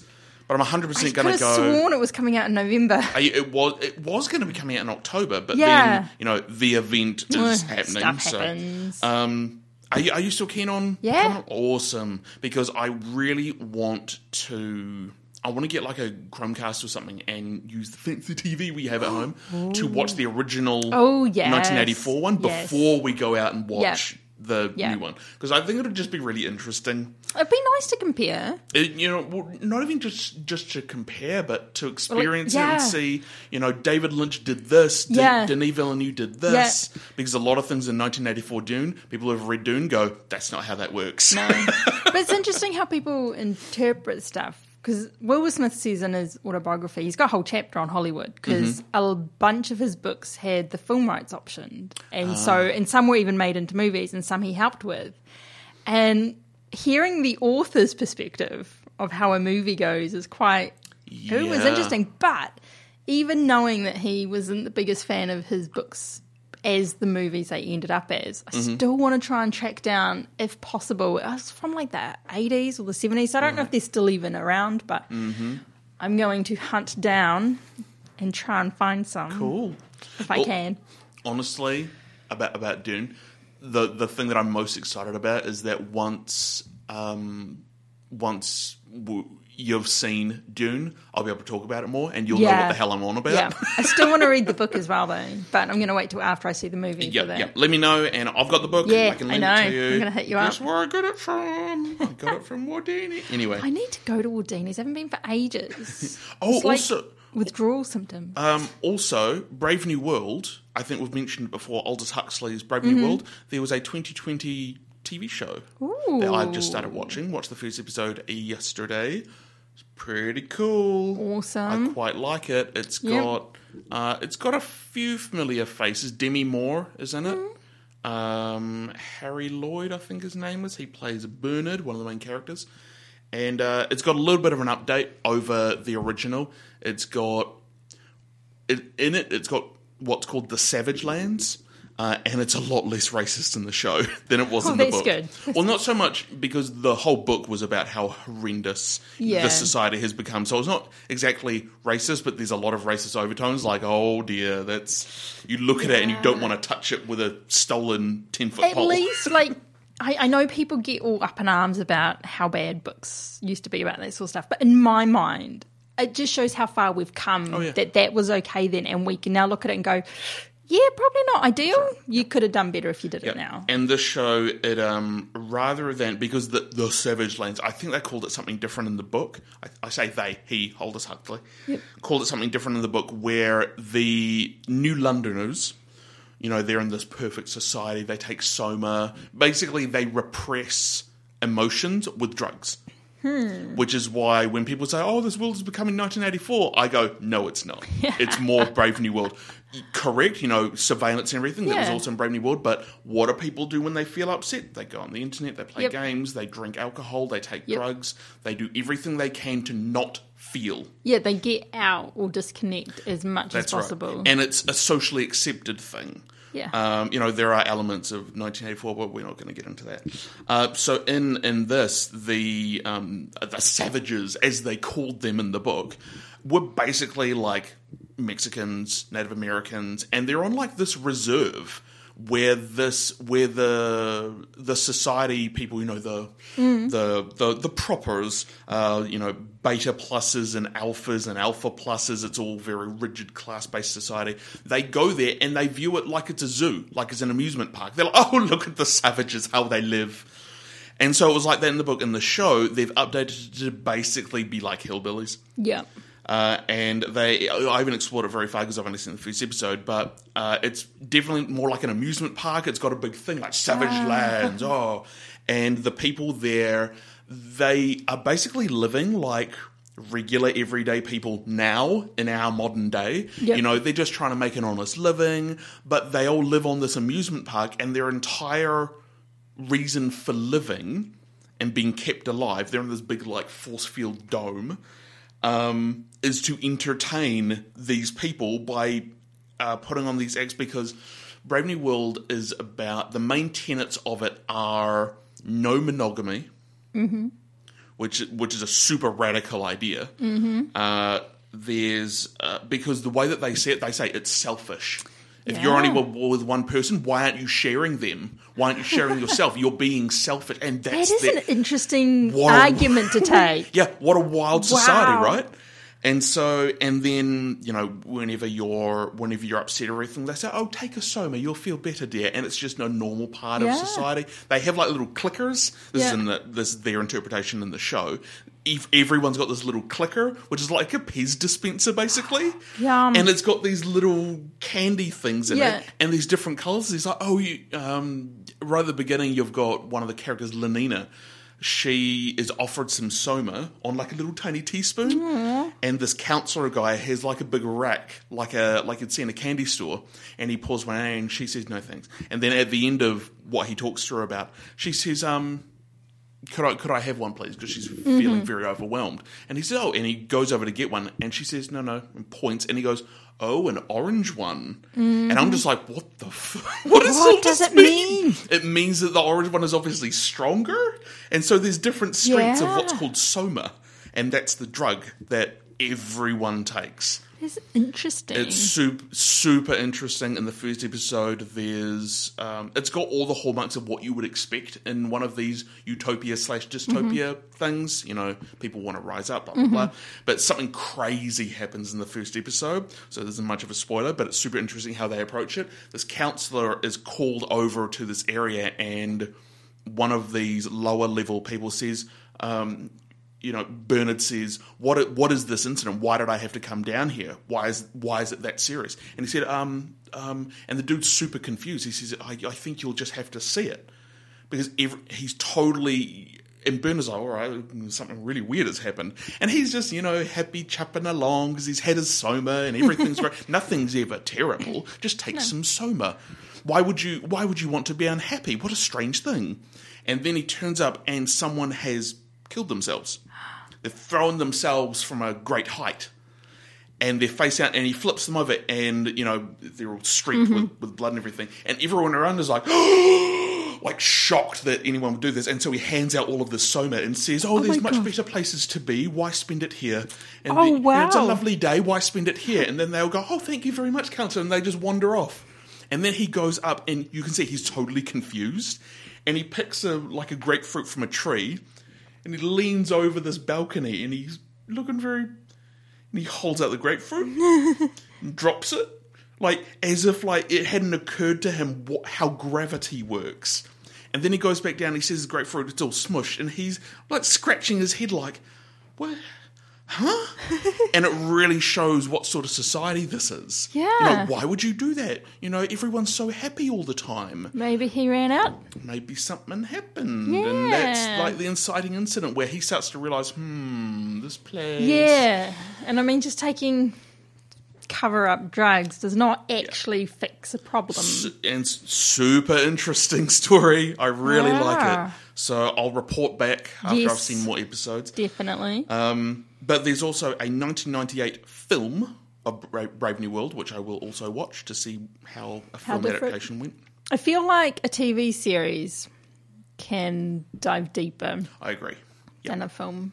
B: but I'm
A: I
B: 100%
A: could
B: going to
A: have
B: go.
A: sworn it was coming out in November.
B: I- it was it was going to be coming out in October, but
A: Yeah.
B: then you know the event is
A: Ugh,
B: happening.
A: stuff
B: so,
A: happens.
B: um, are you, are you still keen on?
A: Yeah.
B: coming on? awesome. Because I really want to. I want to get like a Chromecast or something and use the fancy TV we have at home to watch the original
A: Oh, yes.
B: 1984 one
A: Yes.
B: before we go out and watch the
A: Yeah.
B: new one because I think it'll just be really interesting.
A: It'd be nice to compare.
B: It, Uh, you know, well, not even just just to compare, but to experience it
A: yeah.
B: and see. You know, David Lynch did this. D-
A: Yeah.
B: Denis Villeneuve did this. Because a lot of things in 1984 Dune, people who've read Dune go, "That's not how that works."
A: No. but it's interesting how people interpret stuff because Will Smith says in his autobiography he's got a whole chapter on Hollywood because a bunch of his books had the film rights optioned, and so and some were even made into movies, and some he helped with. And hearing the author's perspective of how a movie goes is quite it was
B: Yeah.
A: interesting, but even knowing that he wasn't the biggest fan of his books as the movies they ended up as. I
B: Mm-hmm.
A: still want to try and track down, if possible, us from like the 80s or the 70s. I don't know if they're still even around, but
B: Mm-hmm.
A: I'm going to hunt down and try and find some
B: Cool. Oh.
A: if I
B: Well,
A: can.
B: honestly about about Dune, the the thing that I'm most excited about is that once um once w- you've seen Dune, I'll be able to talk about it more, and you'll know what
A: Yeah.
B: the hell I'm on about.
A: Yeah. I still want to read the book as well, though, but I'm going to wait till after I see the movie
B: Yeah,
A: for that.
B: yeah. Let me know, and I've got the book.
A: Yeah,
B: I can
A: I
B: lend
A: know.
B: it to you.
A: I'm gonna hit you
B: That's
A: up.
B: where I got it from. I got it from Wardini. Anyway,
A: I need to go to Aldini's. I haven't been for ages.
B: Oh,
A: It's like
B: also-
A: withdrawal symptoms.
B: Um, also, Brave New World. I think we've mentioned before Aldous Huxley's Brave
A: Mm-hmm.
B: New World. There was a 2020 TV show that I Uh, just started watching. Watched the first episode yesterday. It's pretty cool. I
A: Awesome.
B: quite like it. It's
A: Mm-hmm. Yeah.
B: got uh, it's got a few familiar faces. Demi Moore is in it.
A: Mm-hmm.
B: Um, Harry Lloyd, I think his name is. He plays Bernard, one of the main characters. And uh, it's got a little bit of an update over the original. It's got it, in it, it's got what's called the Savage Lands, uh, and it's a lot less racist in the show than it was
A: Oh,
B: in the
A: that's
B: book.
A: good.
B: Well, not so much because the whole book was about how horrendous
A: Yeah.
B: this society has become. So it's not exactly racist, but there's a lot of racist overtones. Like, oh dear, that's you look at it and you don't want to touch it with a stolen ten foot
A: At
B: pole.
A: least, like, I, I know people get all up in arms about how bad books used to be about that sort of stuff, but in my mind, it just shows how far we've come
B: Oh, yeah.
A: that that was okay then, and we can now look at it and go, yeah, probably not ideal. You could have done better if you did it
B: Yep.
A: now.
B: And this show, it um rather than because the the Savage Lands, I think they called it something different in the book. I, I say they, he, Aldous Huxley, called it something different in the book, where the New Londoners, you know, they're in this perfect society. They take soma. Basically, they repress emotions with drugs.
A: Hmm.
B: Which is why when people say, "Oh, this world is becoming 1984," I go, "No, it's not. It's more Brave New World." Correct, you know, surveillance and everything that was
A: Yeah.
B: also in Brave New World. But what do people do when they feel upset? They go on the internet, they play
A: Yep.
B: games, they drink alcohol, they take
A: Yep.
B: drugs, they do everything they can to not feel.
A: Yeah, they get out or disconnect as much as
B: That's
A: possible.
B: right, and it's a socially accepted thing.
A: Yeah.
B: Um, you know, there are elements of 1984, but we're not going to get into that. Uh, so in in this, the um, the savages, as they called them in the book, were basically like Mexicans, Native Americans, and they're on like this reserve where this where the the society people you know the the the the propers uh, you know beta pluses and alphas and alpha pluses it's all very rigid class based society they go there and they view it like it's a zoo like it's an amusement park they're like oh look at the savages how they live and so it was like that in the book in the show they've updated it to basically be like hillbillies
A: yeah.
B: uh, and they, I haven't explored it very far because I've only seen the first episode, but uh, it's definitely more like an amusement park. It's got a big thing like Savage Lands, oh, and the people there, they are basically living like regular everyday people now in our modern day.
A: Yep.
B: You know, they're just trying to make an honest living, but they all live on this amusement park, and their entire reason for living and being kept alive, they're in this big like force field dome um, is to entertain these people by uh, putting on these acts because Brave New World is about the main tenets of it are no monogamy,
A: Mm-hmm.
B: which which is a super radical idea.
A: Mm-hmm.
B: Uh, there's uh, because the way that they say it, they say it's selfish. If you're only
A: Yeah.
B: with, with one person, why aren't you sharing them? Why aren't you sharing yourself? You're being selfish, and
A: That
B: that's
A: is
B: their-
A: an interesting
B: Whoa.
A: argument to take.
B: yeah, what a wild society,
A: Wow.
B: right? And so, and then you know, whenever you're whenever you're upset or everything, they say, "Oh, take a soma, you'll feel better, dear." And it's just a normal part of
A: Yeah.
B: society. They have like little clickers. This is
A: Yeah.
B: in the this is their interpretation in the show. If everyone's got this little clicker, which is like a Pez dispenser, basically.
A: Yum.
B: And it's got these little candy things in
A: Yeah.
B: it, and these different colors. It's like, oh, you um, right at the beginning, you've got one of the characters, Lenina. She is offered some soma on like a little tiny teaspoon, and this counselor guy has like a big rack, like a like you'd see in a candy store, and he pours one out, and she says no thanks. And then at the end of what he talks to her about, she says, um, could I could I have one, please? Because she's
D: Mm-hmm.
B: feeling very overwhelmed. And he says, oh, and he goes over to get one, and she says, no, no, and points, and he goes, oh, an orange one. And I'm just like, what the? F- what does,
D: Mm-hmm. What
B: all this
D: does it mean?
B: It means that the orange one is obviously stronger, and so there's different strengths of what's
D: Yeah.
B: called soma, and that's the drug that everyone takes.
A: It's interesting.
B: It's super, super interesting. In the first episode, there's um, it's got all the hallmarks of what you would expect in one of these utopia slash dystopia things. You know, people want to rise up, blah blah blah. But something crazy happens in the first episode, so there isn't much of a spoiler. But it's super interesting how they approach it. This counselor is called over to this area, and one of these lower level people says. Um, you know, Bernard says, "What what is this incident? Why did I have to come down here? Why is why is it that serious?" And he said, "Um, um," and the dude's super confused. He says, "I, I think you'll just have to see it because every, he's totally." And Bernard's like, "All right, something really weird has happened," and he's just you know happy chapping along because he's had his soma and everything's great. Nothing's ever terrible. Just take some soma. Why would you? Why would you want to be unhappy? What a strange thing. And then he turns up, and someone has killed themselves. They've thrown themselves from a great height and they're face out and he flips them over and, you know, they're all streaked
D: Mm-hmm.
B: with, with blood and everything. And everyone around is like, like shocked that anyone would do this. And so he hands out all of this soma and says, oh, there's
D: my
B: much
D: God.
B: better places to be. Why spend it here? And
D: Oh,
B: the- you know, it's a
D: wow.
B: lovely day. Why spend it here? And then they'll go, oh, thank you very much, counselor. And they just wander off. And then he goes up and you can see he's totally confused. And he picks a like a grapefruit from a tree and he leans over this balcony and he's looking very and he holds out the grapefruit and drops it like as if like it hadn't occurred to him what, how gravity works and then he goes back down and he sees the grapefruit it's all smushed and he's like scratching his head like what huh and it really shows what sort of society this is you know
A: Yeah.
B: why would you do that you know everyone's so happy all the time
A: Maybe he ran out.
B: maybe something happened. And that's
A: Yeah.
B: like the inciting incident where he starts to realise, hmm, this place.
A: Yeah. And I mean, just taking cover up drugs does not actually fix a problem.
B: S- And s- super interesting story. I really like
D: Yeah.
B: it. So I'll report back after I've
A: Yes.
B: seen more episodes.
A: Definitely.
B: Um, but there's also a 1998 film of Bra- Brave New World, which I will also watch to see how a film
D: different-
B: adaptation went.
A: I feel like a TV series can dive deeper
B: I agree.
A: than a film.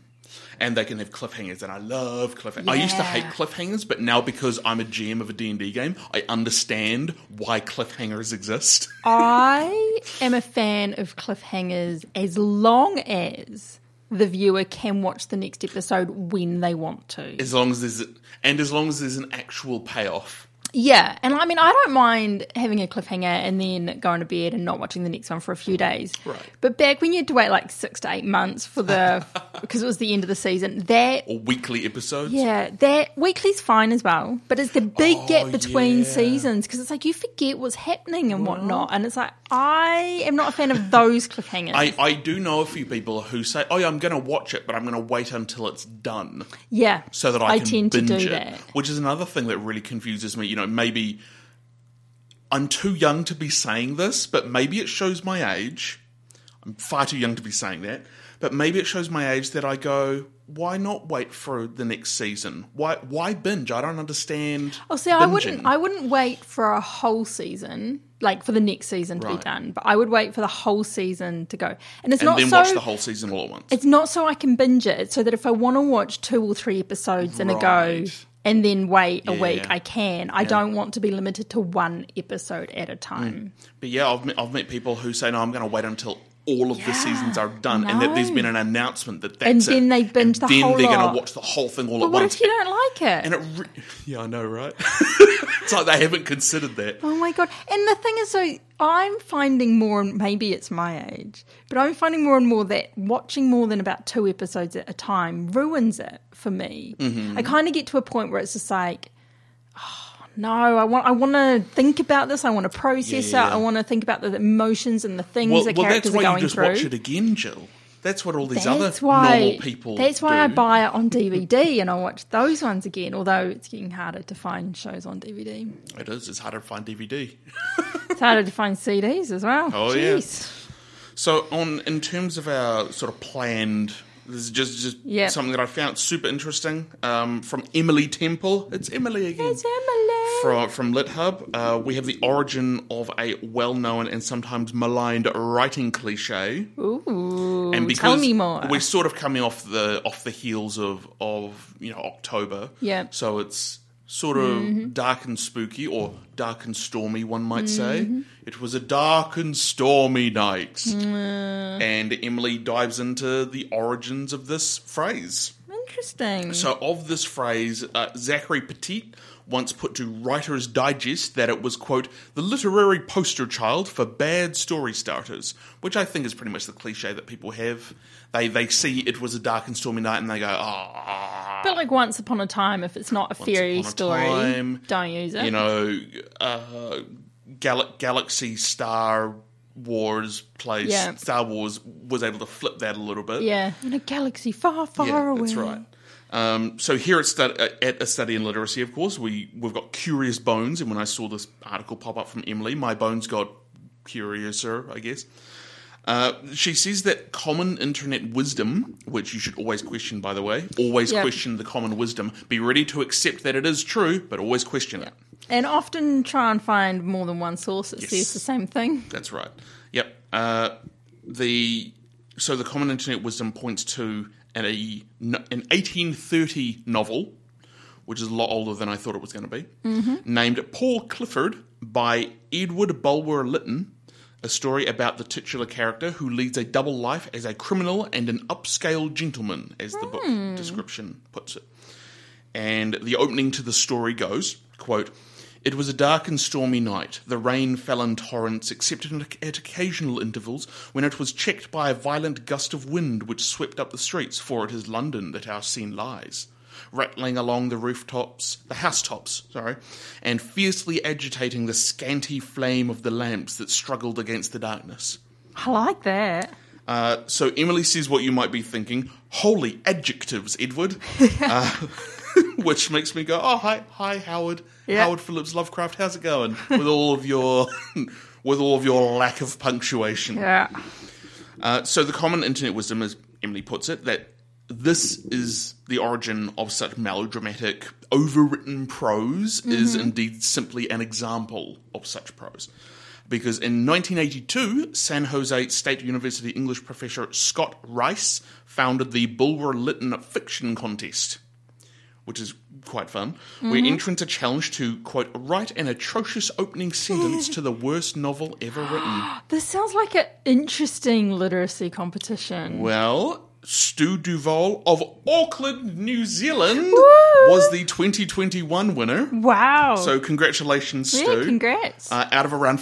B: and they can have cliffhangers and i love cliffhangers i used to hate
A: Yeah.
B: cliffhangers but now because i'm a gm of a d&d game i understand why cliffhangers exist
A: Oh. I am a fan of cliffhangers as long as the viewer can watch the next episode when they want to.
B: as long as there's and as long as there's an actual payoff
A: Yeah, and I mean, I don't mind having a cliffhanger and then going to bed and not watching the next one for a few days.
B: Right.
A: But back when you had to wait like six to eight months for the because it was the end of the season, that
B: or weekly episodes
A: yeah, that weekly's fine as well. But it's the big
B: Oh,
A: gap between
B: yeah.
A: seasons because it's like you forget what's happening and whatnot, and it's like I am not a fan of those cliffhangers.
B: I, I do know a few people who say, "Oh, yeah, I'm going to watch it, but I'm going to wait until it's done."
A: yeah,
B: so that I, can
A: tend
B: binge
A: to do
B: it,
A: that.
B: which is another thing that really confuses me. You know, maybe I'm too young to be saying this, but maybe it shows my age. I'm far too young to be saying that, but maybe it shows my age that I go, why not wait for the next season? Why why binge? I don't understand.
A: Oh, see, I
B: binging.
A: wouldn't. I wouldn't wait for a whole season, like for the next season to
B: Right.
A: be done. But I would wait for the whole season to go, and it's
B: and
A: not
B: then
A: so.
B: watch the whole season all at once.
A: it's not so I can binge it. It's so that if I want to watch two or three episodes in a go,
B: Right.
A: and then wait a
B: Yeah,
A: week,
B: yeah.
A: I can. I don't want to be limited to one episode at a time.
B: But yeah, I've met, I've met people who say, no, I'm going to wait until all of the
A: Yeah,
B: seasons are done and that there's
A: no.
B: been an announcement that
A: And
B: that's it.
A: then they binge the
B: and then
A: whole
B: they're going
A: lot.
B: to watch the whole thing all
A: But
B: at
A: what
B: once.
A: if you don't like it?
B: And it re- yeah, I know, right? it's like they haven't considered that.
A: Oh my god! And the thing is, so I'm finding more, and maybe it's my age, but I'm finding more and more that watching more than about two episodes at a time ruins it for me.
B: Mm-hmm.
A: I kind of get to a point where it's just like, oh, no, I want, I want to think about this. I want to process
B: Yeah, yeah,
A: it.
B: yeah.
A: I want to think about the, the emotions and the things
B: Well,
A: that
B: well, that's
A: characters
B: why
A: are
B: you
A: going
B: just
A: through.
B: watch it again, Jill. That's what all these
A: That's
B: other
A: why.
B: normal people.
A: That's why I
B: do.
A: buy it on DVD and I watch those ones again. Although it's getting harder to find shows on DVD.
B: It is. It's harder to find DVD.
A: It's harder to find CDs as well.
B: Oh, yeah.
A: Jeez.
B: So on in terms of our sort of planned, this is just just
C: Yep.
B: something that I found super interesting um, from Emily Temple. It's Emily again.
C: It's Emily.
B: From, from LitHub, uh, we have the origin of a well known and sometimes maligned writing cliche.
C: Ooh,
B: and because
C: tell me more.
B: we're sort of coming off the off the heels of of you know October,
C: Yeah. Mm-hmm.
B: So it's sort of dark and spooky, or dark and stormy, one might
C: Mm-hmm.
B: say. It was a dark and stormy night,
C: Mm.
B: and Emily dives into the origins of this phrase.
C: Interesting.
B: So, of this phrase, uh, Zachary Petit once put to Writer's Digest that it was, quote, the literary poster child for bad story starters, which I think is pretty much the cliche that people have. They they see it was a dark and stormy night and they go, ah.
C: but like once upon a time, if it's not a fairy
B: upon a
C: story,
B: time,
C: don't use it.
B: you know, uh, Gal- Galaxy Star Wars place,
C: Yeah.
B: Star Wars was able to flip that a little bit.
C: yeah, in a galaxy far, far
B: Yeah,
C: away.
B: that's right. Um, so here at, stud- at a study in literacy, of course, we we've got curious bones, and when I saw this article pop up from Emily, my bones got curiouser, I guess. Uh, she says that common internet wisdom, which you should always question, by the way, always
C: Yeah.
B: question the common wisdom. Be ready to accept that it is true, but always question it.
C: And often try and find more than one source that
B: Yes.
C: says the same thing.
B: That's right. Yep. Uh, the so the common internet wisdom points to an, a, an 1830 novel, which is a lot older than I thought it was going to be, named Paul Clifford by Edward Bulwer Lytton. A story about the titular character who leads a double life as a criminal and an upscale gentleman, as the book description puts it and the opening to the story goes quote it was a dark and stormy night the rain fell in torrents except in- at occasional intervals when it was checked by a violent gust of wind which swept up the streets for it is london that our scene lies rattling along the rooftops the housetops sorry and fiercely agitating the scanty flame of the lamps that struggled against the darkness
C: I like that.
B: uh, so Emily says what you might be thinking. Holy adjectives, Edward. Uh, which makes me go, oh hi, hi Howard,
C: Yeah.
B: Howard Phillips Lovecraft. How's it going with all of your with all of your lack of punctuation?
C: Yeah.
B: Uh, so the common internet wisdom, as Emily puts it, that this is the origin of such melodramatic, overwritten prose is indeed simply an example of such prose. Because in 1982, San Jose State University English professor Scott Rice founded the Bulwer Lytton Fiction Contest which is quite fun, where entrants are challenged to, quote, write an atrocious opening sentence to the worst novel ever written.
C: This sounds like an interesting literacy competition.
B: Well, Stu Duval of Auckland, New Zealand, was the 2021 winner.
C: Wow.
B: So, congratulations,
C: yeah,
B: Stu.
C: congrats.
B: Uh, out of around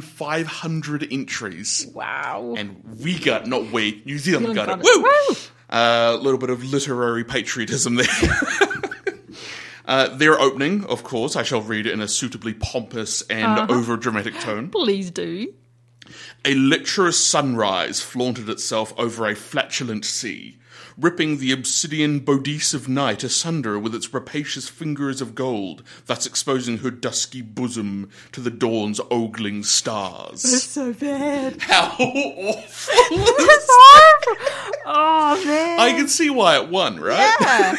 B: 4,500 entries.
C: wow.
B: And we got, not we, New
C: Zealand
B: Zealand, got it.
C: got it.
B: Woo! Uh,
C: Woo!
B: A little bit of literary patriotism there. Uh, their opening, of course, I shall read in a suitably pompous and over dramatic tone.
C: Please do.
B: A lecherous sunrise flaunted itself over a flatulent sea, ripping the obsidian bodice of night asunder with its rapacious fingers of gold, thus exposing her dusky bosom to the dawn's ogling stars.
C: So bad.
B: How awful!
C: It's horrible. Oh man.
B: I can see why it won, right?
A: Yeah.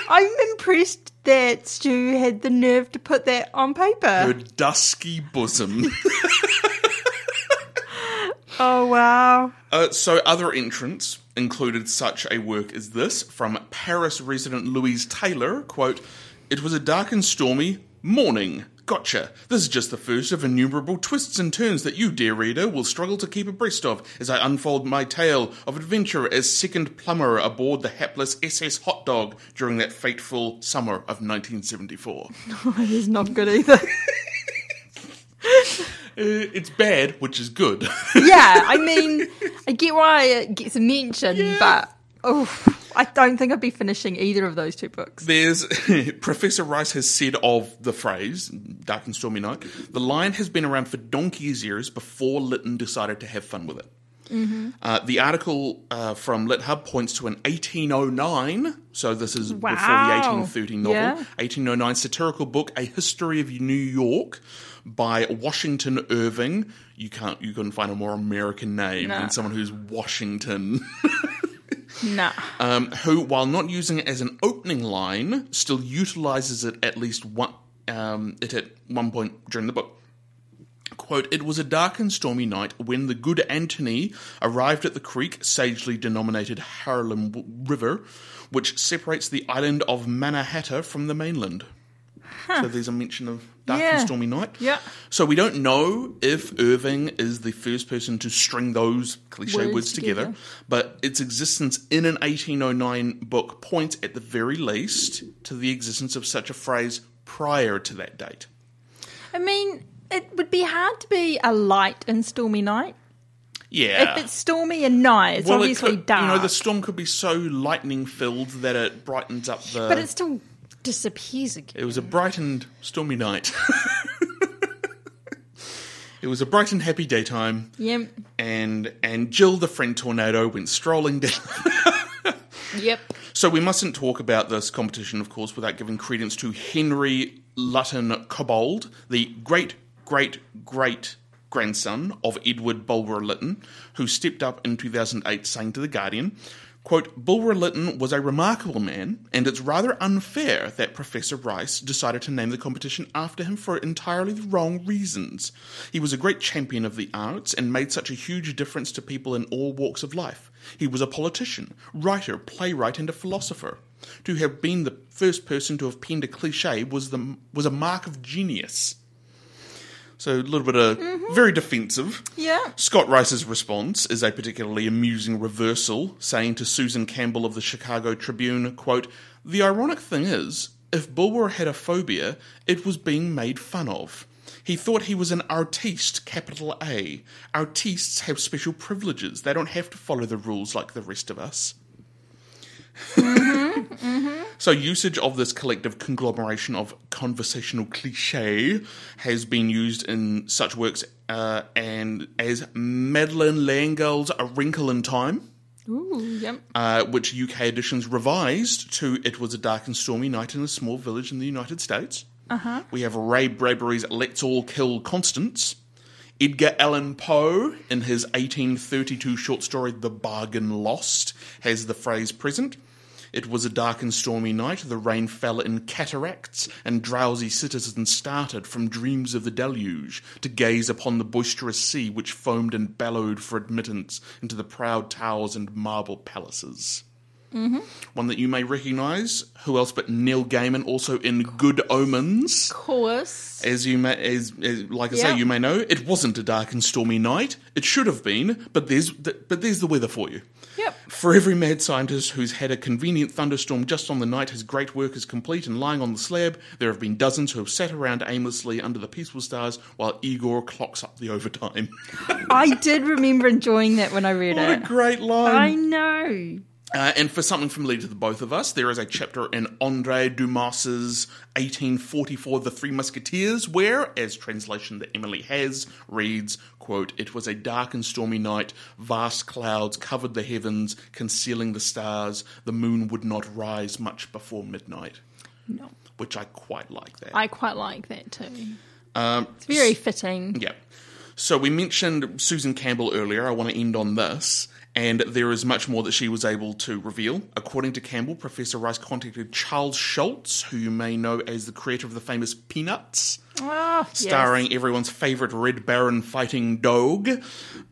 A: I'm impressed that Stu had the nerve to put that on
B: Her
A: paper.
B: dusky bosom.
A: Oh, wow.
B: Uh, so other entrants included such a work as this from Paris resident Louise Taylor, quote, It was a dark and stormy morning. Gotcha. This is just the first of innumerable twists and turns that you, dear reader, will struggle to keep abreast of as I unfold my tale of adventure as second plumber aboard the hapless SS Hot Dog during that fateful summer of 1974.
C: It is not good either.
B: Uh, it's bad, which is good.
C: yeah, I mean, I get why it gets a mention, but oh, I don't think I'd be finishing either of those two books.
B: There's Professor Rice has said of the phrase "dark and stormy night." The line has been around for donkey's years before Lytton decided to have fun with it.
C: Mm-hmm.
B: Uh, the article uh, from LitHub points to an 1809, so this is before
C: Wow.
B: the 1830 novel,
C: Yeah.
B: 1809 satirical book, A History of New York by Washington Irving. You can't, you couldn't find a more American name
C: No.
B: than someone who's Washington.
C: Nah.
B: um, who, while not using it as an opening line, still utilizes it at least one um, it at one point during the book. Quote, it was a dark and stormy night when the good Antony arrived at the creek, sagely denominated Harlem W- River, which separates the island of Mannahatta from the mainland. So there's a mention of dark and
C: Yeah.
B: stormy night.
C: Yeah.
B: So we don't know if Irving is the first person to string those cliche words,
C: Words
B: together,
C: together.
B: but its existence in an 1809 book points, at the very least, to the existence of such a phrase prior to that date.
C: I mean, it would be hard to be a light and stormy night.
B: Yeah.
C: If it's stormy and night, it's
B: it
C: obviously
B: could,
C: dark.
B: You know, the storm could be so lightning filled that it brightens up the.
C: but it still disappears again.
B: It was a bright and stormy night. it was a bright and happy daytime.
C: Yep.
B: And and Jill, the friend tornado, went strolling down.
C: Yep.
B: So we mustn't talk about this competition, of course, without giving credence to Henry Lutton Cobbold, the great, great, great grandson of Edward Bulwer Lytton, who stepped up in 2008 saying to The Guardian, quote, Bulwer Lytton was a remarkable man, and it's rather unfair that Professor Rice decided to name the competition after him for entirely the wrong reasons. He was a great champion of the arts and made such a huge difference to people in all walks of life. He was a politician, writer, playwright, and a philosopher. To have been the first person to have penned a cliche was the was a mark of genius. So a little bit of very defensive.
C: Yeah.
B: Scott Rice's response is a particularly amusing reversal, saying to Susan Campbell of the Chicago Tribune, quote, The ironic thing is, if Bulwer had a phobia, it was being made fun of. He thought he was an artiste, capital A. Artistes have special privileges. They don't have to follow the rules like the rest of us. So, usage of this collective conglomeration of conversational cliche has been used in such works uh, and as Madeleine Langell's A Wrinkle in Time,
C: Ooh, yep.
B: uh, which UK editions revised to It Was a Dark and Stormy Night in a Small Village in the United States. Uh-huh. We have Ray Bradbury's Let's All Kill Constance. Edgar Allan Poe, in his 1832 short story The Bargain Lost, has the phrase present. It was a dark and stormy night, the rain fell in cataracts, and drowsy citizens started from dreams of the deluge to gaze upon the boisterous sea which foamed and bellowed for admittance into the proud towers and marble palaces. Mm-hmm. One that you may recognise, who else but Neil Gaiman, also in Good Omens.
C: Course.
B: As you may, as, as like I
C: Yeah.
B: say, you may know, it wasn't a dark and stormy night. It should have been, but there's the, but there's the weather for you.
C: Yep.
B: For every mad scientist who's had a convenient thunderstorm just on the night his great work is complete and lying on the slab, there have been dozens who have sat around aimlessly under the peaceful stars while Igor clocks up the overtime.
C: I did remember enjoying that when I read
B: what a
C: it.
B: great
C: I
B: line!
C: know.
B: Uh, and for something familiar to the both of us, there is a chapter in Andre Dumas's 1844 The Three Musketeers where, as translation that Emily has, reads, quote, It was a dark and stormy night. Vast clouds covered the heavens, concealing the stars. The moon would not rise much before midnight.
C: No.
B: Which I quite like that.
C: I quite like that too. it's very fitting.
B: Um, Yeah. So we mentioned Susan Campbell earlier. I want to end on this. And there is much more that she was able to reveal. According to Campbell, Professor Rice contacted Charles Schultz, who you may know as the creator of the famous Peanuts,
A: Ah,
C: Oh, yes.
B: starring everyone's favorite Red Baron fighting dog.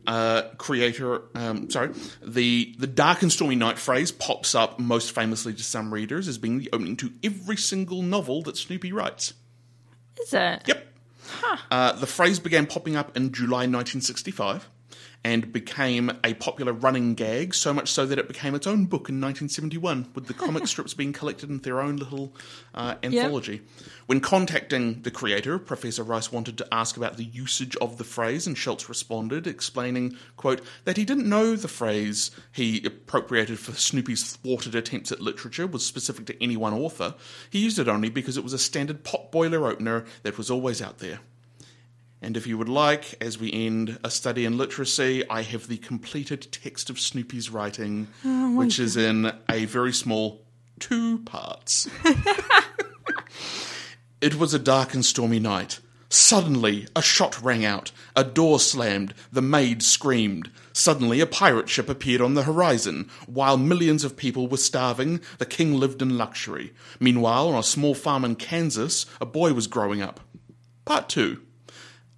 B: Uh, creator, um, sorry, the the dark and stormy night phrase pops up most famously to some readers as being the opening to every single novel that Snoopy writes.
C: Is it?
B: Yep. Uh, the phrase began popping up in July 1965 and became a popular running gag, so much so that it became its own book in 1971, with the comic strips being collected into their own little uh, anthology. When contacting the creator, Professor Rice wanted to ask about the usage of the phrase, and Schultz responded, explaining, quote, that he didn't know the phrase he appropriated for Snoopy's thwarted attempts at literature was specific to any one author. He used it only because it was a standard potboiler opener that was always out there. And if you would like, as we end a study in literacy, I have the completed text of Snoopy's writing, which is in a very small two parts. It was a dark and stormy night. Suddenly, a shot rang out, a door slammed, the maid screamed. Suddenly, a pirate ship appeared on the horizon. While millions of people were starving, the king lived in luxury. Meanwhile, on a small farm in Kansas, a boy was growing up. Part 2.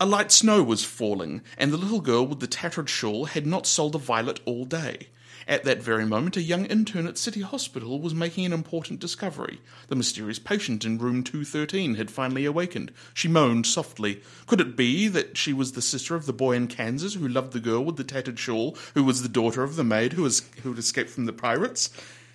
B: A light snow was falling, and the little girl with the tattered shawl had not sold a violet all day. At that very moment, a young intern at City Hospital was making an important discovery. The mysterious patient in room 213 had finally awakened. She moaned softly. Could it be that she was the sister of the boy in Kansas who loved the girl with the tattered shawl, who was the daughter of the maid who, was, who had escaped from the pirates?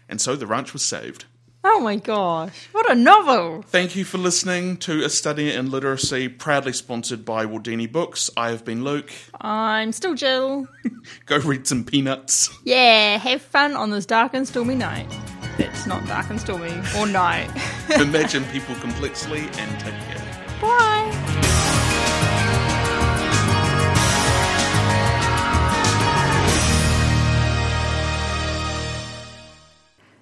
B: And so the ranch was saved.
A: Oh my gosh. What a novel.
B: Thank you for listening to A Study in Literacy, proudly sponsored by Waldini Books. I have been Luke.
A: I'm still Jill.
B: Go read some peanuts.
A: Yeah, have fun on this dark and stormy night. That's not dark and stormy or night.
B: Imagine people complexly and take care.
A: Bye.